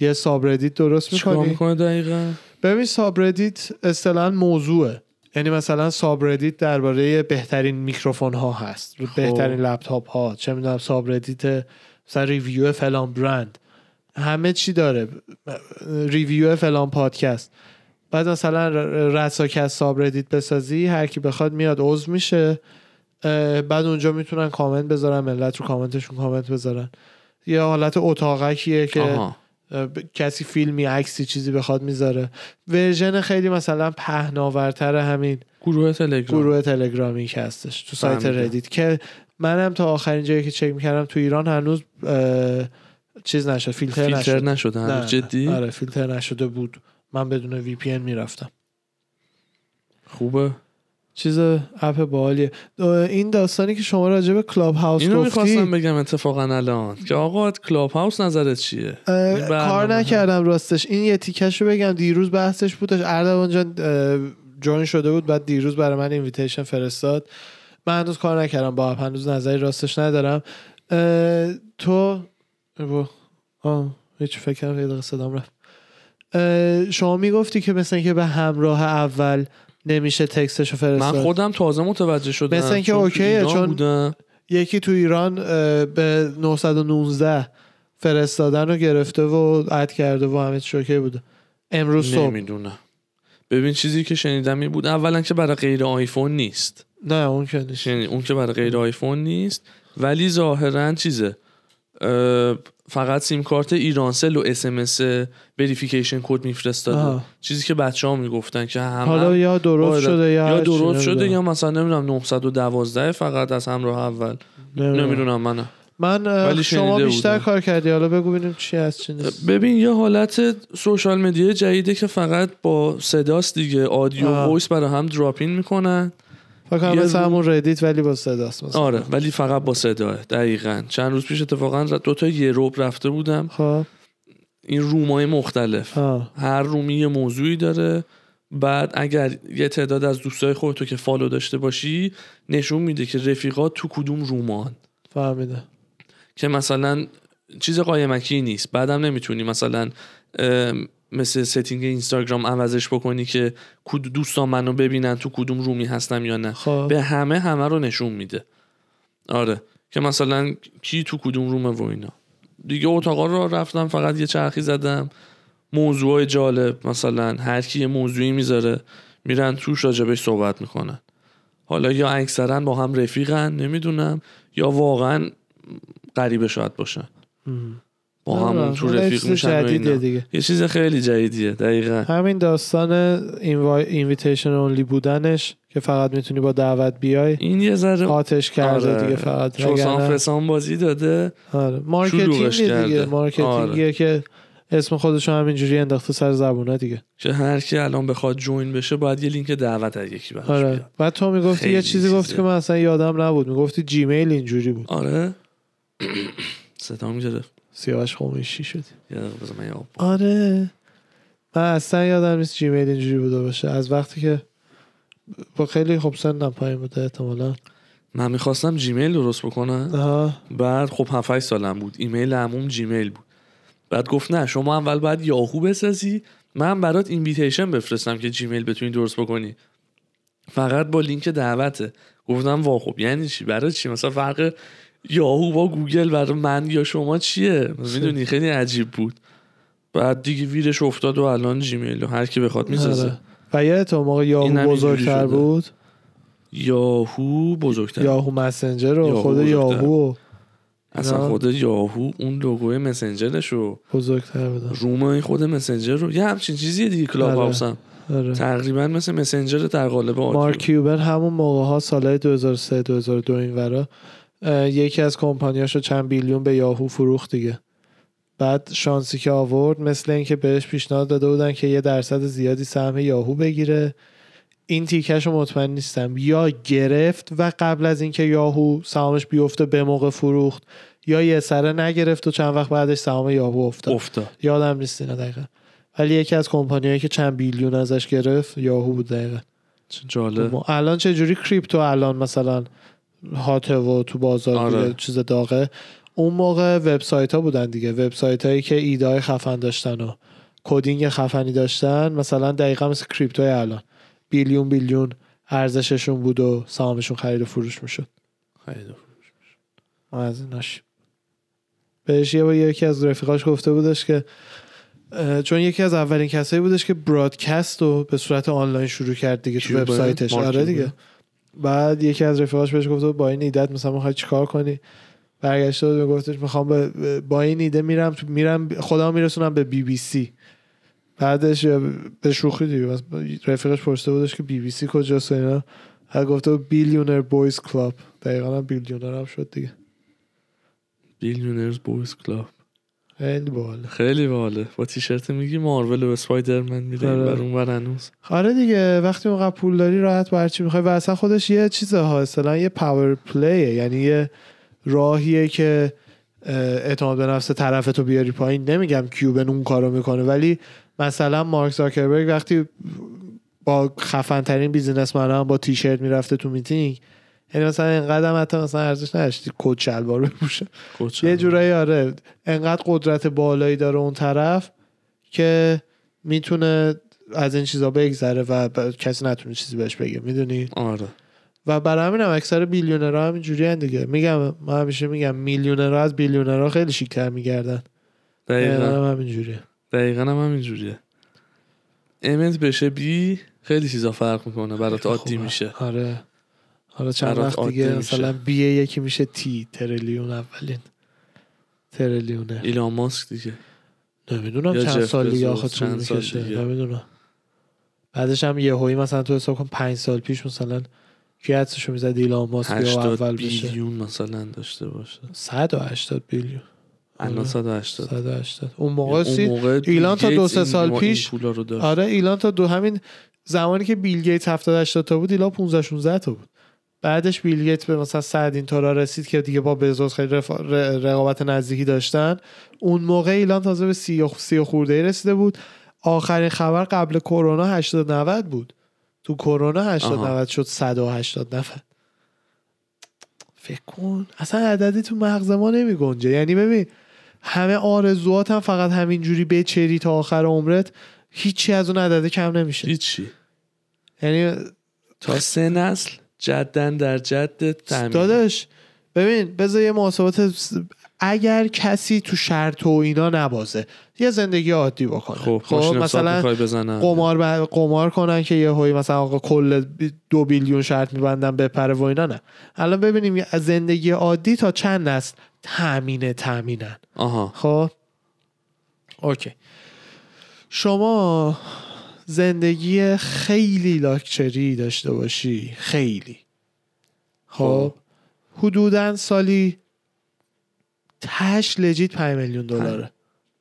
یه ساب ردیت درست
چیکار
میکنی
میکنه دقیقا
ببین ساب ردیت اصطلاحا موضوعه یعنی مثلا ساب ردیت درباره بهترین میکروفون ها هست بهترین لپتاپ ها چه میدونم ساب ردیت مثلا ریویو فلان برند همه چی داره ریویو فلان پادکست بعد مثلا رساکست ساب ردیت بسازی هر کی بخواد میاد عضو میشه اه، بعد اونجا میتونن کامنت بذارن ملت رو کامنتشون کامنت بذارن یه حالت اتاقکیه که
آها.
اه، ب- کسی فیلمی عکسی چیزی بخواد میذاره ورژن خیلی مثلا پهناورتر همین
گروه تلگرام
گروه تلگرامی که هستش تو سایت
فهمیدم.
ردیت که منم تا آخرین جایی که چک میکردم تو ایران هنوز اه، چیز نشد فیلتر,
فیلتر
نشد
نشده
نه،
هنوز
نه.
جدی
آره فیلتر نشده بود من بدون وی پی میرفتم
خوبه
چیز اپ باحالیه اه، این داستانی که شما راجع به کلاب هاوس
اینو
گفتی
میخواستم بگم اتفاقا الان که آقا کلاب هاوس نظرت چیه
اه،
این برنامه
کار
هم.
نکردم راستش این یه تیکش رو بگم دیروز بحثش بودش اردوان جان جوین شده بود بعد دیروز برای من اینویتیشن فرستاد من هنوز کار نکردم با اپ هنوز نظری راستش ندارم اه، تو ای بابا. آه هیچ فکرم یه دقیقه صدام رفت اه، شما میگفتی که مثل اینکه به همراه اول نمیشه تکستش
من
رو فرستاد
خودم تازه متوجه شدم
مثل اینکه
چون تو
اوکیه،
ایران
چون-
بودم.
یکی تو ایران اه، به 919 فرستادن رو گرفته و اد کرده و همه چی اوکی بوده امروز صبح
نمیدونم ببین چیزی که شنیدم این بود اولا که برای غیر آیفون نیست
نه اون که نیست.
یعنی اون که برای غیر آیفون نیست ولی ظاهرا چیزه اه، فقط سیم کارت ایرانسل و اس ام اس وریفیکیشن کد میفرستاده
آها.
چیزی که بچه ها میگفتن که هم
حالا یا درست
آره.
شده یا
یا
هرچی،
درست شده
نمی‌دونم.
یا مثلا نمیدونم 912 فقط از همراه اول
نمی‌دونم.
نمیدونم من
من اه،
ولی
شما
شنیده
بیشتر
بودم.
کار کردی حالا بگو ببینیم چی هست چی نیست
ببین یه حالت سوشال مدیا جدیده که فقط با صداست دیگه آدیو
آه.
و وایس برای هم دراپین میکنن
فکر کنم
یه
مثل
رو-
همون ردیت ولی با صداست مثلا
آره ولی فقط با صداه دقیقا چند روز پیش اتفاقا ر- دو تا یروپ رفته بودم
خب
این رومای مختلف
آه.
هر رومی یه موضوعی داره بعد اگر یه تعداد از دوستای خودتو که فالو داشته باشی نشون میده که رفیقات تو کدوم رومان
فهمیدم
که مثلا چیز قایمکی نیست بعدم نمیتونی مثلا ام، مثل ستینگ اینستاگرام عوضش بکنی که کد- دوستان منو ببینن تو کدوم رومی هستم یا نه
خب
به همه همه رو نشون میده آره که مثلا کی تو کدوم رومه و اینا دیگه اتاقا رو رفتم فقط یه چرخی زدم موضوع جالب مثلا هر کی یه موضوعی میذاره میرن توش راجبش صحبت میکنن حالا یا اکثرا با هم رفیقن نمیدونم یا واقعا غریبه شاید باشن
ام.
با همون تو
نمی‌دونم.
رفیق
آره، چیز
میشن و
جدیده
اینا.
دیگه
یه چیز خیلی جدیدیه دقیقا
همین داستان اینویتیشن اونلی بودنش که فقط میتونی با دعوت بیای
این یه ذره
آتش کرده
آره.
دیگه فقط
چوسان
وگرنه-
فسان بازی داده
آره مارکتینگ
شلوغش
دیگه
کرده. آره.
مارکتینگیه که اسم خودشون همینجوری انداخته سر زبونه دیگه
که هر کی الان بخواد جوین بشه باید یه لینک دعوت از یکی براش
آره
بیاد
بعد تو میگفتی یه
خیلی
چیزی گفتی
چیزه.
که من اصلا یادم نبود میگفتی جیمیل اینجوری بود
آره صدام گرفت
سیاوش قمیشی شد
یه دقیقه بذار من یه آب بخورم.
آره من اصلا یادم نیست جیمیل اینجوری بوده باشه از وقتی که با خیلی خب سنم پایین بوده احتمالا
من میخواستم جیمیل درست بکنم
آها آره.
بعد خب 7 8 سالم بود ایمیل عموم جیمیل بود بعد گفت نه شما اول باید یاهو بسازی من برات اینویتیشن بفرستم که جیمیل بتونی درست بکنی فقط با لینک دعوته گفتم وا خب یعنی چی برای چی مثلا فرق یاهو با گوگل برای من یا شما چیه میدونی خیلی عجیب بود بعد دیگه ویرش افتاد و الان جیمیل و هر کی بخواد میسازه
آره. و یادت اون موقع
اینم
یاهو
اینجوری
بزرگتر
شده.
بود
یاهو بزرگتر
یاهو مسنجر رو
یاهو
خود
بزرگتر.
یاهو
اصلا
اینا-
خود یاهو اون لوگوی مسنجرش و
بزرگتر بودن
رومای خود مسنجر رو یه همچین چیزیه دیگه کلاب
آره.
هاوس هم
آره.
تقریبا مثل مسنجر در قالب آدیو.
مارک کیوبن همون موقع ها سالهای 2003 2002 این ورا اه، یکی از کمپانیاشو چند بیلیون به یاهو فروخت دیگه بعد شانسی که آورد مثل اینکه بهش پیشنهاد داده بودن که یه درصد زیادی سهم یاهو بگیره این تیکش رو مطمئن نیستم یا گرفت و قبل از اینکه یاهو سهامش بیفته به موقع فروخت یا یه سره نگرفت و چند وقت بعدش سهام یاهو افتاد
افتاد
یادم نیست اینا دقیقا ولی یکی از کمپانیایی که چند بیلیون ازش گرفت یاهو بود دقیقا
چه جالب
ما الان چه جوری کریپتو الان مثلا هاته و تو بازار
آره.
بوده، چیز داغه اون موقع وبسایت ها بودن دیگه وبسایت هایی که ایده های خفن داشتن و کدینگ خفنی داشتن مثلا دقیقا مثل کریپتو الان بیلیون بیلیون ارزششون بود و سهامشون خرید و فروش میشد
خیلی خوب.
ما از ایناش بهش یه بار یکی از رفیقاش گفته بودش که اه، چون یکی از اولین کسایی بودش که برادکست رو به صورت آنلاین شروع کرد دیگه تو
کیوبه؟
وبسایتش
مارک
آره
کیوبه؟
دیگه بعد یکی از رفیقاش بهش گفته بود با این ایدت مثلا میخوای چیکار کنی برگشته بود میگفتش میخوام به با این ایده میرم تو- میرم خدا میرسونم به بی بی سی بعدش به شوخی دیگه بس رفیقش پرسیده بودش که بی بی سی کجاست و اینا هر گفته بود بیلیونر بویز کلاب دقیقا هم بیلیونر هم شد دیگه
بیلیونرز بویز کلاب
خیلی باحال
خیلی باله با تیشرت میگی مارول و اسپایدرمن میره
آره.
بر اون بر هنوز
آره دیگه وقتی اونقدر پول داری راحت بر چی میخوای و اصلا خودش یه چیز ها اصلا یه پاور پلیه یعنی یه راهیه که اه، اعتماد به نفس طرف تو بیاری پایین نمیگم کیوبن اون کارو میکنه ولی مثلا مارک زاکربرگ وقتی با خفن ترین بیزینس هم با تیشرت میرفته تو میتینگ یعنی مثلا اینقدر هم حتی مثلا ارزش نداشتی کت شلوار بپوشه
کوچ
یه جورایی آره انقدر قدرت بالایی داره اون طرف که میتونه از این چیزا بگذره و ب... کسی نتونه چیزی بهش بگه میدونی
آره
و برای همین هم اکثر بیلیونرها همین جوری دیگه میگم من همیشه میگم میلیونرها از بیلیونرها خیلی شیکتر میگردن یعنی
دقیقا
هم همین جوریه
دقیقا هم همینجوریه امنت بشه بی خیلی چیزا فرق میکنه برات عادی
خوبه.
میشه
خب، آره حالا چند
برات
وقت
عادی
دیگه
میشه.
مثلا بیه یکی میشه تی تریلیون اولین تریلیونه
ایلان ماسک دیگه
نمیدونم
یا
چند
جف
سال دیگه
بزوس،
آخه طول
چند سال
میکشه
دیگه.
نمیدونم بعدش هم یهویی مثلا تو حساب کن پنج سال پیش مثلا کی حدسشو میزد ایلان ماسک یا
80
اول بشه آره.
بیلیون مثلا داشته باشه
180 بیلیون
الان
آره.
180
180 اون موقع
اون
سی
موقع بیل
ایلان تا
گیتس
دو سه
این-
سال
این
پیش-
پولا رو داشت
آره ایلان تا دو همین زمانی که بیل گیت 70 80 تا بود ایلان 15 16 تا بود بعدش بیل گیت به مثلا صد این تا رسید که دیگه با بزوس خیلی رفا- ر- رقابت نزدیکی داشتن اون موقع ایلان تازه به 30 و- 30 خورده رسیده بود آخرین خبر قبل کرونا 80 90 بود تو کرونا 80
آها.
90 شد 180 90 فکر کن اصلا عددی تو مغز ما نمی گنجه یعنی ببین همه آرزوات هم فقط همینجوری بچری تا آخر عمرت هیچی از اون عدده کم نمیشه
هیچی
یعنی
تا سه نسل جدن در جد تعمین
داداش ببین بذار یه محاسبات س- اگر کسی تو شرط و اینا نبازه یه زندگی عادی بکنه
خب ماشین مثلا
مثلا
میخوای بزنم
قمار ب- قمار کنن که یه هایی مثلا آقا کل بی- دو بیلیون شرط میبندن بپره و اینا نه الان ببینیم یه- از زندگی عادی تا چند نسل تامینه تامینن
آها
خب اوکی شما زندگی خیلی لاکچری داشته باشی خیلی خب
خب.
حدودا سالی تش لجیت 5 میلیون دلاره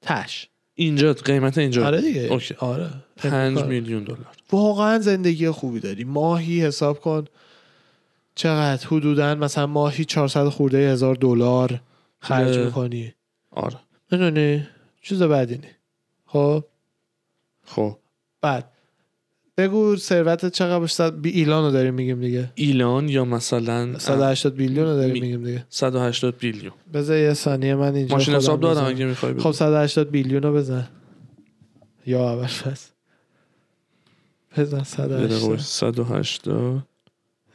تش
اینجا قیمت اینجا
آره دیگه
خب. اوکی.
آره
5 میلیون دلار
واقعا زندگی خوبی داری ماهی حساب کن چقدر حدودا مثلا ماهی 400 خورده هزار دلار خرج
آره.
میکنی
آره
میدونی چیز بعدی نی خب
خب
بعد بگو ثروت چقدر باشه صد- بی ایلان رو داریم میگیم دیگه
ایلان یا مثلا
180 بیلیون رو
می-
داریم میگیم دیگه
180 بیلیون
بذار یه ثانیه من اینجا
ماشین
خودم
حساب دارم
بزنم.
اگه میخوای
خب 180 بیلیون رو بزن یا اول پس بزن 180
180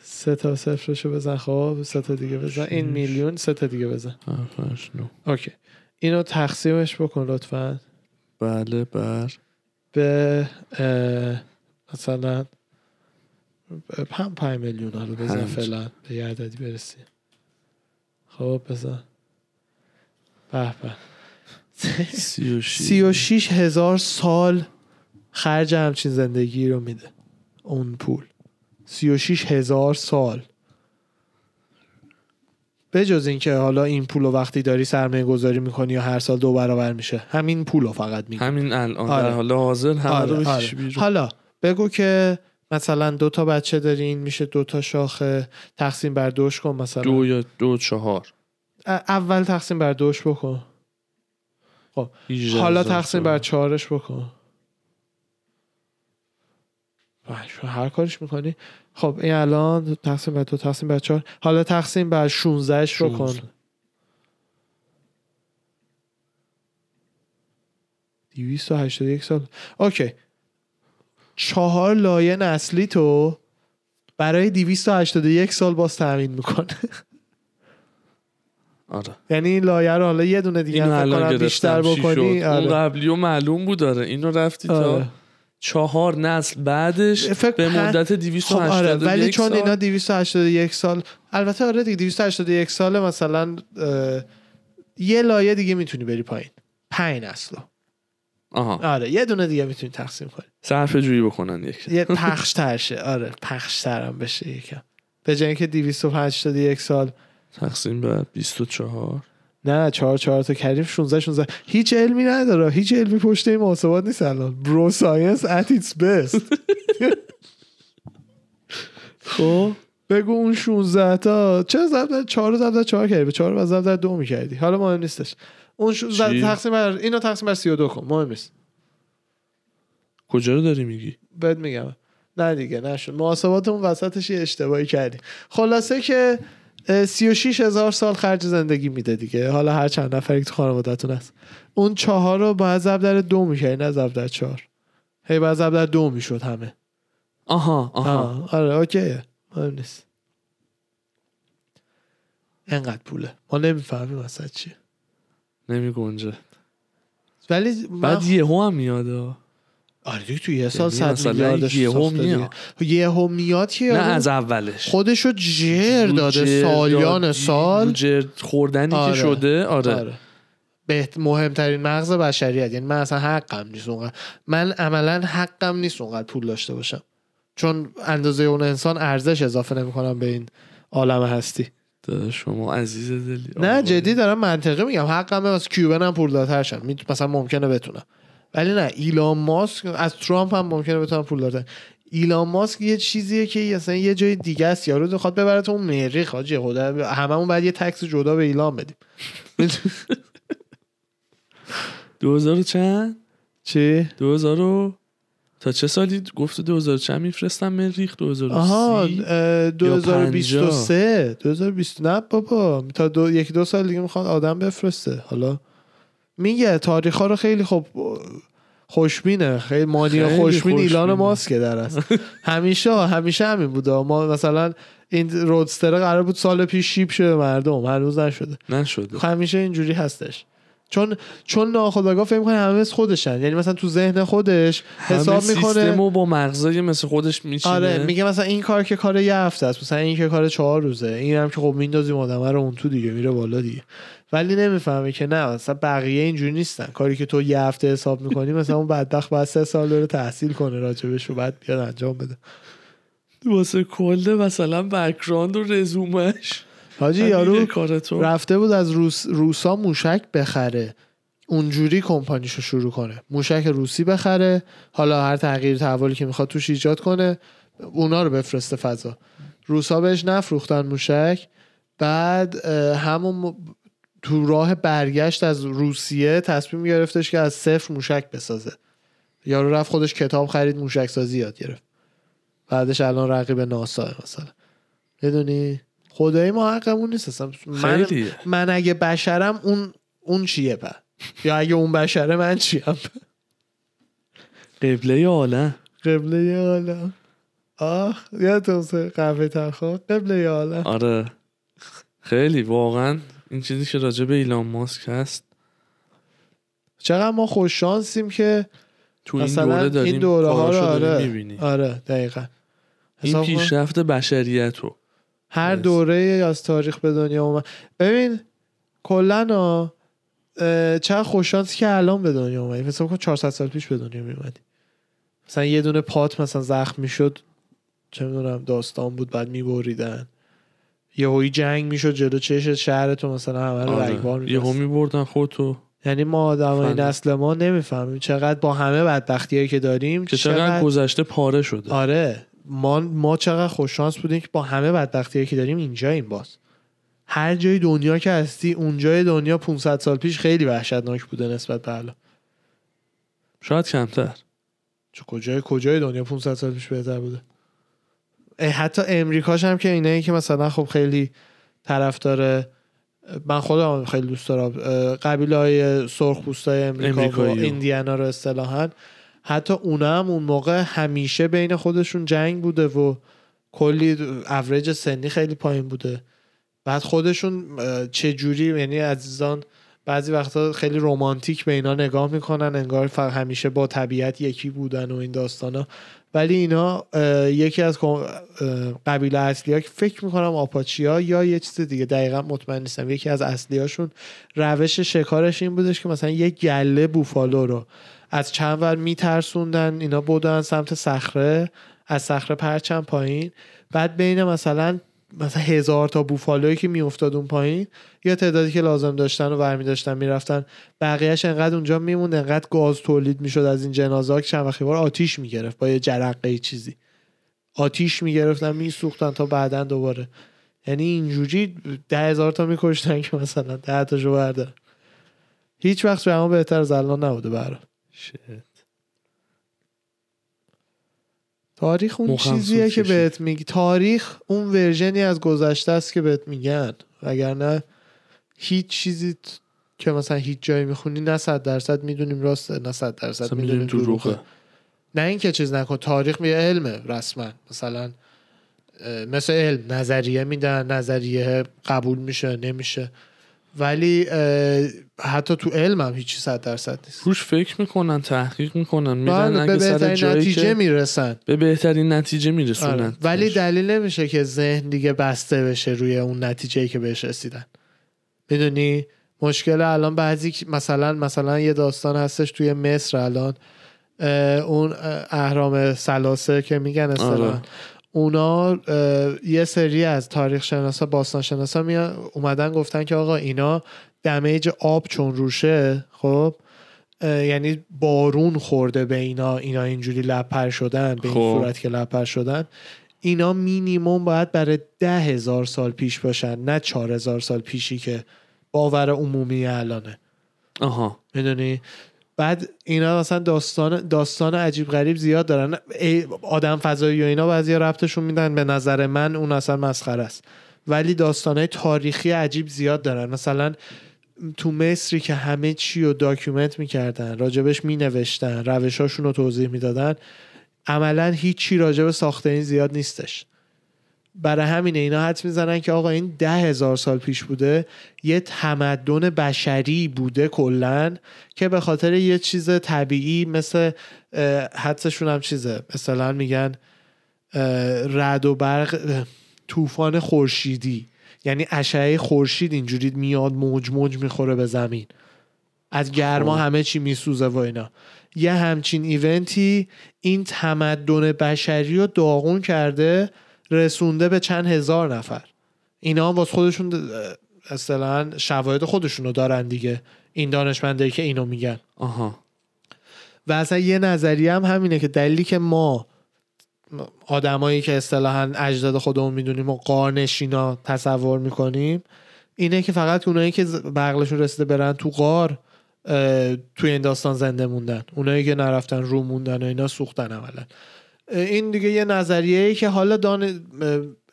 سه تا صفرشو بزن خب سه تا دیگه بزن این
شش.
میلیون سه تا دیگه بزن
789
اوکی اینو تقسیمش بکن لطفاً
بله بر
به اه، مثلا هم پنج میلیون حالا بزن
پنج.
فعلا به یه عددی برسی خب بزن به به
36
سی و شیش هزار سال خرج همچین زندگی رو میده اون پول سی و شیش هزار سال بجز اینکه حالا این پول رو وقتی داری سرمایه گذاری میکنی یا هر سال دو برابر میشه همین پول رو فقط میگی
همین الان در
آره.
حال حاضر همه
آره،
رو
آره.
بکش بیرون
حالا بگو که مثلا دو تا بچه دارین میشه دو تا شاخه تقسیم بر دوش کن مثلا
دو یا دو چهار
ا- اول تقسیم بر دوش بکن حالا تقسیم بر چهارش بکن وای، شو هر کارش میکنی خب این الان تقسیم بر دو تقسیم بر چهار حالا تقسیم بر 16 بکن
16.
281 سال اوکی چهار لایه نسلی تو برای 281 سال باز تامین میکنه
آره
یعنی این لایه رو حالا یه دونه دیگه
اینو
هم فکر
یعنی الان
کنم
گرفتم
بیشتر
چی شد
بکنی
اون
آره.
قبلی و معلوم بود داره اینو رفتی تا
آره.
چهار نسل بعدش
فکر
به
کن-
مدت
خب آره
281
ولی چون
سال
اینا 281 سال البته آره دیگه 281 سال مثلا اه، یه لایه دیگه میتونی بری پایین پنج نسل رو.
آها
آره یه دونه دیگه میتونی تقسیم کنی
صرف جویی بکنن یک
یه پخش ترشه آره پخش ترم بشه یکم به جای اینکه 281 سال
تقسیم بر 24
نه چهار چهار تا کریم 16 16 هیچ علمی نداره هیچ علمی پشت این محاسبات نیست الان برو ساینس at its best خب بگو اون 16 تا چه ضرب در 4 ضرب در 4 کردی به 4 و ضرب در 2 میکردی حالا مهم نیستش اون 16
چی؟
تقسیم بر اینو تقسیم بر 32 کن مهم نیست
کجا رو داری میگی
بهت میگم نه دیگه نشد محاسباتمون وسطش یه اشتباهی کردی خلاصه که اه، 36 هزار سال خرج زندگی میده دیگه حالا هر چند نفری که تو خانوادتون هست اون چهار رو باید ضرب در دو میکردی نه ضرب در چهار هی باید ضرب در دو میشد همه
آها آها
آه. آره اوکیه مهم نیست انقدر پوله ما نمیفهمیم اصلا چیه
نمی گنجه
ولی من
بعد یهو هم میاد آه.
آره دیگه تو یه سال
یعنی
صد
مثلا
میلیاردش
یهو
ساخته دیگه
میاد.
یهو میاد که
نه
یارو
از اولش
خودشو جر
رو
داده
جر
سالیان
دادی، رو
سال
جر خوردنی
آره.
که شده آره,
آره. بهت مهمترین مغز بشریت یعنی من اصلا حقم نیست اونقدر من عملا حقم نیست اونقدر پول داشته باشم چون اندازه اون انسان ارزش اضافه نمیکنم به این عالم هستی
داده شما عزیز دلی
نه
آقا.
جدی دارم منطقی میگم حقم از کیوبن هم پولدارتر شم می- مثلا ممکنه بتونم ولی نه ایلان ماسک از ترامپ هم ممکنه بتونم پولدارتر ایلان ماسک یه چیزیه که مثلا یه جای دیگه است یارو بخواد ببره تو اون مریخ حاجی خدا هممون بعد یه تکس جدا به ایلان بدیم
2000 و چند
چی
2000 و- تا چه سالی گفت 2000 چند میفرستم مریخ 2030
آها اه، 2023
پنجاه؟
2020 نه بابا تا دو یکی دو سال دیگه میخوان آدم بفرسته حالا میگه تاریخ ها رو خیلی خب خوشبینه خیلی مانی
خیلی
خوشبین ایلان
خوشبینه.
ماسک در است همیشه همیشه همین بوده ما مثلا این رودستر قرار بود سال پیش شیپ شه به مردم هنوز نشده
نشده
همیشه اینجوری هستش چون چون ناخودآگاه فکر میکنه همه از خودشن یعنی مثلا تو ذهن خودش حساب
همه
میکنه
سیستمو با مغزای مثل خودش میچینه
آره میگه مثلا این کار که کار یه هفته است مثلا این که کار چهار روزه این هم که خب میندازیم آدمه رو اون تو دیگه میره بالا دیگه ولی نمیفهمی که نه مثلا بقیه اینجوری نیستن کاری که تو یه هفته حساب میکنی مثلا اون بدبخت باید سه سال داره تحصیل کنه راجبش و بعد بیاد انجام بده
واسه کل مثلا بکراند و رزومش
حاجی
همینه
یارو
کارتو
رفته بود از روس روسا موشک بخره اونجوری کمپانیشو شروع کنه موشک روسی بخره حالا هر تغییر تحولی که میخواد توش ایجاد کنه اونا رو بفرسته فضا روسا بهش نفروختن موشک بعد اه، همون م- تو راه برگشت از روسیه تصمیم گرفتش که از صفر موشک بسازه یارو رفت خودش کتاب خرید موشک سازی یاد گرفت بعدش الان رقیب ناسا مثلا بدونی خدای ما حقمون نیست اصلا من
خیلیه.
من اگه بشرم اون اون چیه په یا اگه اون بشره من چیم
قبله عالم
قبله عالم آه یادتون سه قهوه ترخوا قبله عالم
آره خیلی واقعا این چیزی که راجع به ایلان ماسک هست
چقدر ما خوش شانسیم که
تو این دوره
مثلا
داریم
این دوره ها رو
کاراشو داریم
آره
می‌بینی.
آره دقیقا
این
حساب کن.
پیشرفت بشریت رو
هر
Yes.
دوره از تاریخ به دنیا اومد ببین کلا ها، اه، چقدر خوششانسی که الان به دنیا اومدی مثلا کن 400 سال پیش به دنیا میومدی مثلا یه دونه پات مثلا زخم میشد چه میدونم داستان بود بعد میبریدن یه هوی جنگ میشد جلو چش شهر تو مثلا همه رو رگبار
آره. یهو
می‌بست.
میبردن خودتو
یعنی ما آدمای
فهمیدم.
نسل ما نمیفهمیم چقدر با همه بدبختیایی که داریم
که چقدر گذشته پاره شده
آره ما ما چقدر خوششانس بودیم که با همه بدبختیایی که داریم اینجاییم باز هر جای دنیا که هستی اونجای دنیا 500 سال پیش خیلی وحشتناک بوده نسبت به الان
شاید کمتر
چه کجای کجای دنیا 500 سال پیش بهتر بوده اه، حتی امریکاش هم که اینایی که مثلا خب خیلی طرفدار من خودم خیلی دوست دارم اه، قبیله های سرخپوستای امریکا و
امریکایی.
ایندیانا رو اصطلاحا حتی اونا هم اون موقع همیشه بین خودشون جنگ بوده و کلی اوریج سنی خیلی پایین بوده بعد خودشون اه، چه جوری یعنی عزیزان بعضی وقتا خیلی رمانتیک به اینا نگاه میکنن انگار فر همیشه با طبیعت یکی بودن و این داستانا ولی اینا اه، یکی از کم- اه، قبیله اصلی ها که فکر میکنم آپاچی ها یا یه چیز دیگه دقیقا مطمئن نیستم یکی از اصلی هاشون روش شکارش این بودش که مثلا یه گله بوفالو رو از چند ور میترسوندن اینا بودن سمت صخره از صخره پرچم پایین بعد بین مثلا مثلا هزار تا بوفالویی که میافتاد اون پایین یا تعدادی که لازم داشتن رو برمی داشتن میرفتن بقیهش انقدر اونجا میموند انقدر گاز تولید میشد از این جنازه ها که چند وقتی بار آتیش میگرفت با یه جرقه چیزی آتیش میگرفتن میسوختن تا بعدا دوباره یعنی اینجوری ده هزار تا میکشتن که مثلا ده تاشو بردارن هیچ وقت به بهتر از الان نبوده برای
شت.
تاریخ اون
مخم
چیزیه
سود
که
کشید.
بهت میگی تاریخ اون ورژنی از گذشته است که بهت میگن وگرنه هیچ چیزی ت- که مثلا هیچ جایی میخونی نه صد درصد میدونیم راسته نه صد درصد
مثلا
میدونیم
میدونیم تو
دروغه
روخه
نه اینکه چیز نکن تاریخ میگه علمه رسما مثلا اه، مثل علم نظریه میدن نظریه قبول میشه نمیشه ولی اه، حتی تو علم هم هیچی صد درصد نیست
روش فکر میکنن تحقیق میکنن
بعد
میدن
بله، به
اگه سر
بهترین
جایی
نتیجه
که
میرسن
به بهترین نتیجه
آره.
میرسونن
ولی دلیل نمیشه که ذهن دیگه بسته بشه روی اون نتیجه که بهش رسیدن میدونی مشکل الان بعضی که- مثلا مثلا یه داستان هستش توی مصر الان اه، اون اه، اهرام سلاسه که میگن اصطلاحاً.
آره.
اونا اه، یه سری از تاریخ شناسا باستان شناسا میان اومدن گفتن که آقا اینا دمیج آب چون روشه خب اه، یعنی بارون خورده به اینا اینا اینجوری لپر شدن به این
خب.
صورت که لپر شدن اینا مینیموم باید برای ده هزار سال پیش باشن نه چهار هزار سال پیشی که باور عمومی الانه
آها
میدونی بعد اینا مثلا داستان داستان عجیب غریب زیاد دارن ای- آدم فضایی و اینا بعضی ربطشون میدن به نظر من اون اصلا مسخره است ولی داستانهای تاریخی عجیب زیاد دارن مثلا تو مصری که همه چی رو داکیومنت میکردن راجبش مینوشتن روشاشون رو توضیح میدادن عملا هیچی راجب ساخته این زیاد نیستش برای همینه اینا حد میزنن که آقا این ده هزار سال پیش بوده یه تمدن بشری بوده کلا که به خاطر یه چیز طبیعی مثل اه، حدسشون هم چیزه مثلا میگن اه، رعد و برق اه، طوفان خورشیدی یعنی اشعه خورشید اینجوری میاد موج موج میخوره به زمین از گرما
خب.
همه چی میسوزه و اینا یه همچین ایونتی این تمدن بشری رو داغون کرده رسونده به چند هزار نفر اینا هم واسه خودشون اه، اصطلاحا شواهد خودشون رو دارن دیگه این دانشمندایی که اینو میگن
آها
و اصلا یه نظریه هم همینه که دلیلی که ما آدمایی که اصطلاحا اجداد خودمون میدونیم و قارنشینا تصور میکنیم اینه که فقط اونایی که ز- بغلشون رسیده برن تو قار اه، توی این داستان زنده موندن اونایی که نرفتن رو موندن و اینا سوختن عملا اه، این دیگه یه نظریه ای که حالا دان اه،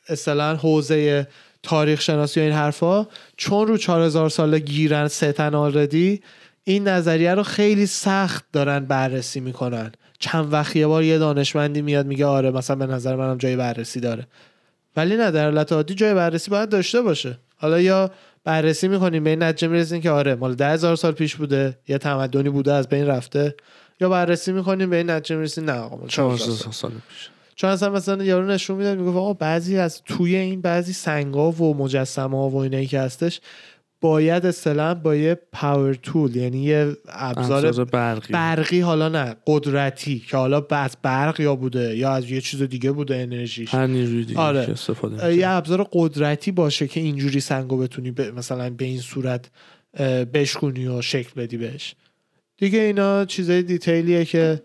اصطلاحا حوزه تاریخ شناسی و این حرفا چون رو 4000 ساله گیرن ستن آلردی این نظریه رو خیلی سخت دارن بررسی میکنن چند وقت یه بار یه دانشمندی میاد میگه آره مثلا به نظر منم جای بررسی داره ولی نه در حالت عادی جای بررسی باید داشته باشه حالا یا بررسی میکنیم به این نتیجه میرسیم که آره مال ده هزار سال پیش بوده یه تمدنی بوده از بین رفته یا بررسی میکنیم به این نتیجه میرسیم نه آقا مال 4000 سال
چهارصد سال پیش
چون اصلا مثلا یارو نشون میداد میگفت آقا بعضی از توی این بعضی سنگا و مجسمه ها و اینایی که هستش باید اصطلاحا با یه پاور تول یعنی یه ابزار
ابزار برقی
برقی حالا نه قدرتی که حالا از برق یا بوده یا از یه چیز دیگه بوده انرژیش
هر نیروی دیگه
آره.
که استفاده
یه
می‌کنه.
ابزار قدرتی باشه که اینجوری سنگو بتونی به مثلا به این صورت اه، بشکونی و شکل بدی بهش دیگه اینا چیزای دیتیلیه که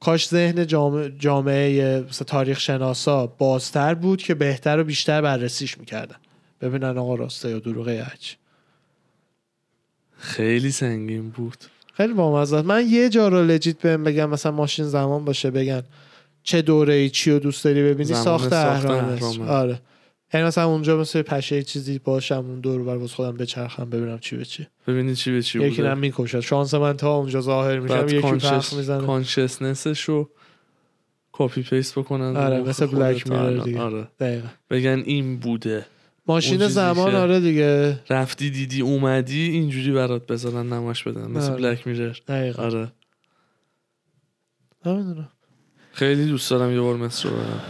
کاش ذهن جامعه, جامعه مثلا تاریخ شناسا بازتر بود که بهتر و بیشتر بررسیش میکردن ببینن آقا راسته یا دروغه یا هرچی.
خیلی سنگین بود
خیلی بامزه است. من یه جا رو لجیت بهم بگم مثلا ماشین زمان باشه بگن چه دوره ای چی رو دوست داری ببینی
زمان
ساخت
ساخت
اهرام مصر.
اهرام.
آره یعنی مثلا اونجا مثل پشه یه چیزی باشم اون دور بر باز خودم بچرخم ببینم چی به چی
ببینید چی به چی
یکی
بوده
نم میکشد شانس من تا اونجا ظاهر میشم
بعد
یکی پخ
کانشس-
میزنه
کانشسنسش رو کپی پیست بکنن
آره،
مخ
مثل
خودت
بلک میرور
الان.
دیگه.
آره.
دقیقا
بگن این بوده
ماشین
چیزی
زمان
که-
آره دیگه
رفتی دیدی اومدی اینجوری برات بذارن نماش بدن مثل
آره.
بلک میرر
دقیقا
آره
نمیدونم
خیلی دوست دارم یه بار مصر رو برم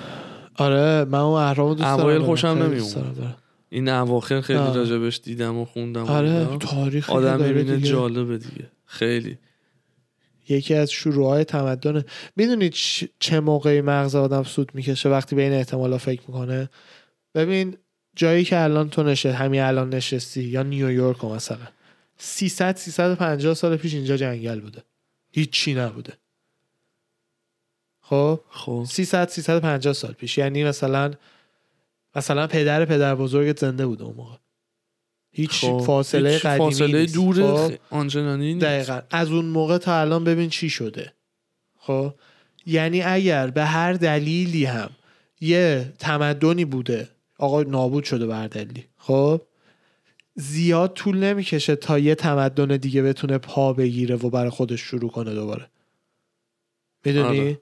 آره من اون اهرام رو دوست دارم
اوایل
برم.
خوشم
خیلی
نمی
دوست دارم
اومد.
برم.
این اواخر خیلی
آه.
راجبش دیدم و خوندم و
آره
اینا.
تاریخ
آدم میبینه جالبه دیگه خیلی
یکی از شروعهای تمدن میدونید چ- چه موقعی مغز آدم سود میکشه وقتی به این احتمالا فکر میکنه ببین جایی که الان تو نشه همین الان نشستی یا نیویورک رو مثلا 300 350 سال پیش اینجا جنگل بوده هیچی نبوده خب
خب
300 350 سال پیش یعنی مثلا مثلا پدر پدر بزرگت زنده بوده اون موقع هیچ
خب.
فاصله
هیچ
قدیمی
فاصله
نیست.
دوره
خب.
خ- آنچنانی نیست.
دقیقا از اون موقع تا الان ببین چی شده خب یعنی اگر به هر دلیلی هم یه تمدنی بوده آقا نابود شده به هر دلیلی خب زیاد طول نمیکشه تا یه تمدن دیگه بتونه پا بگیره و برای خودش شروع کنه دوباره میدونی
آره.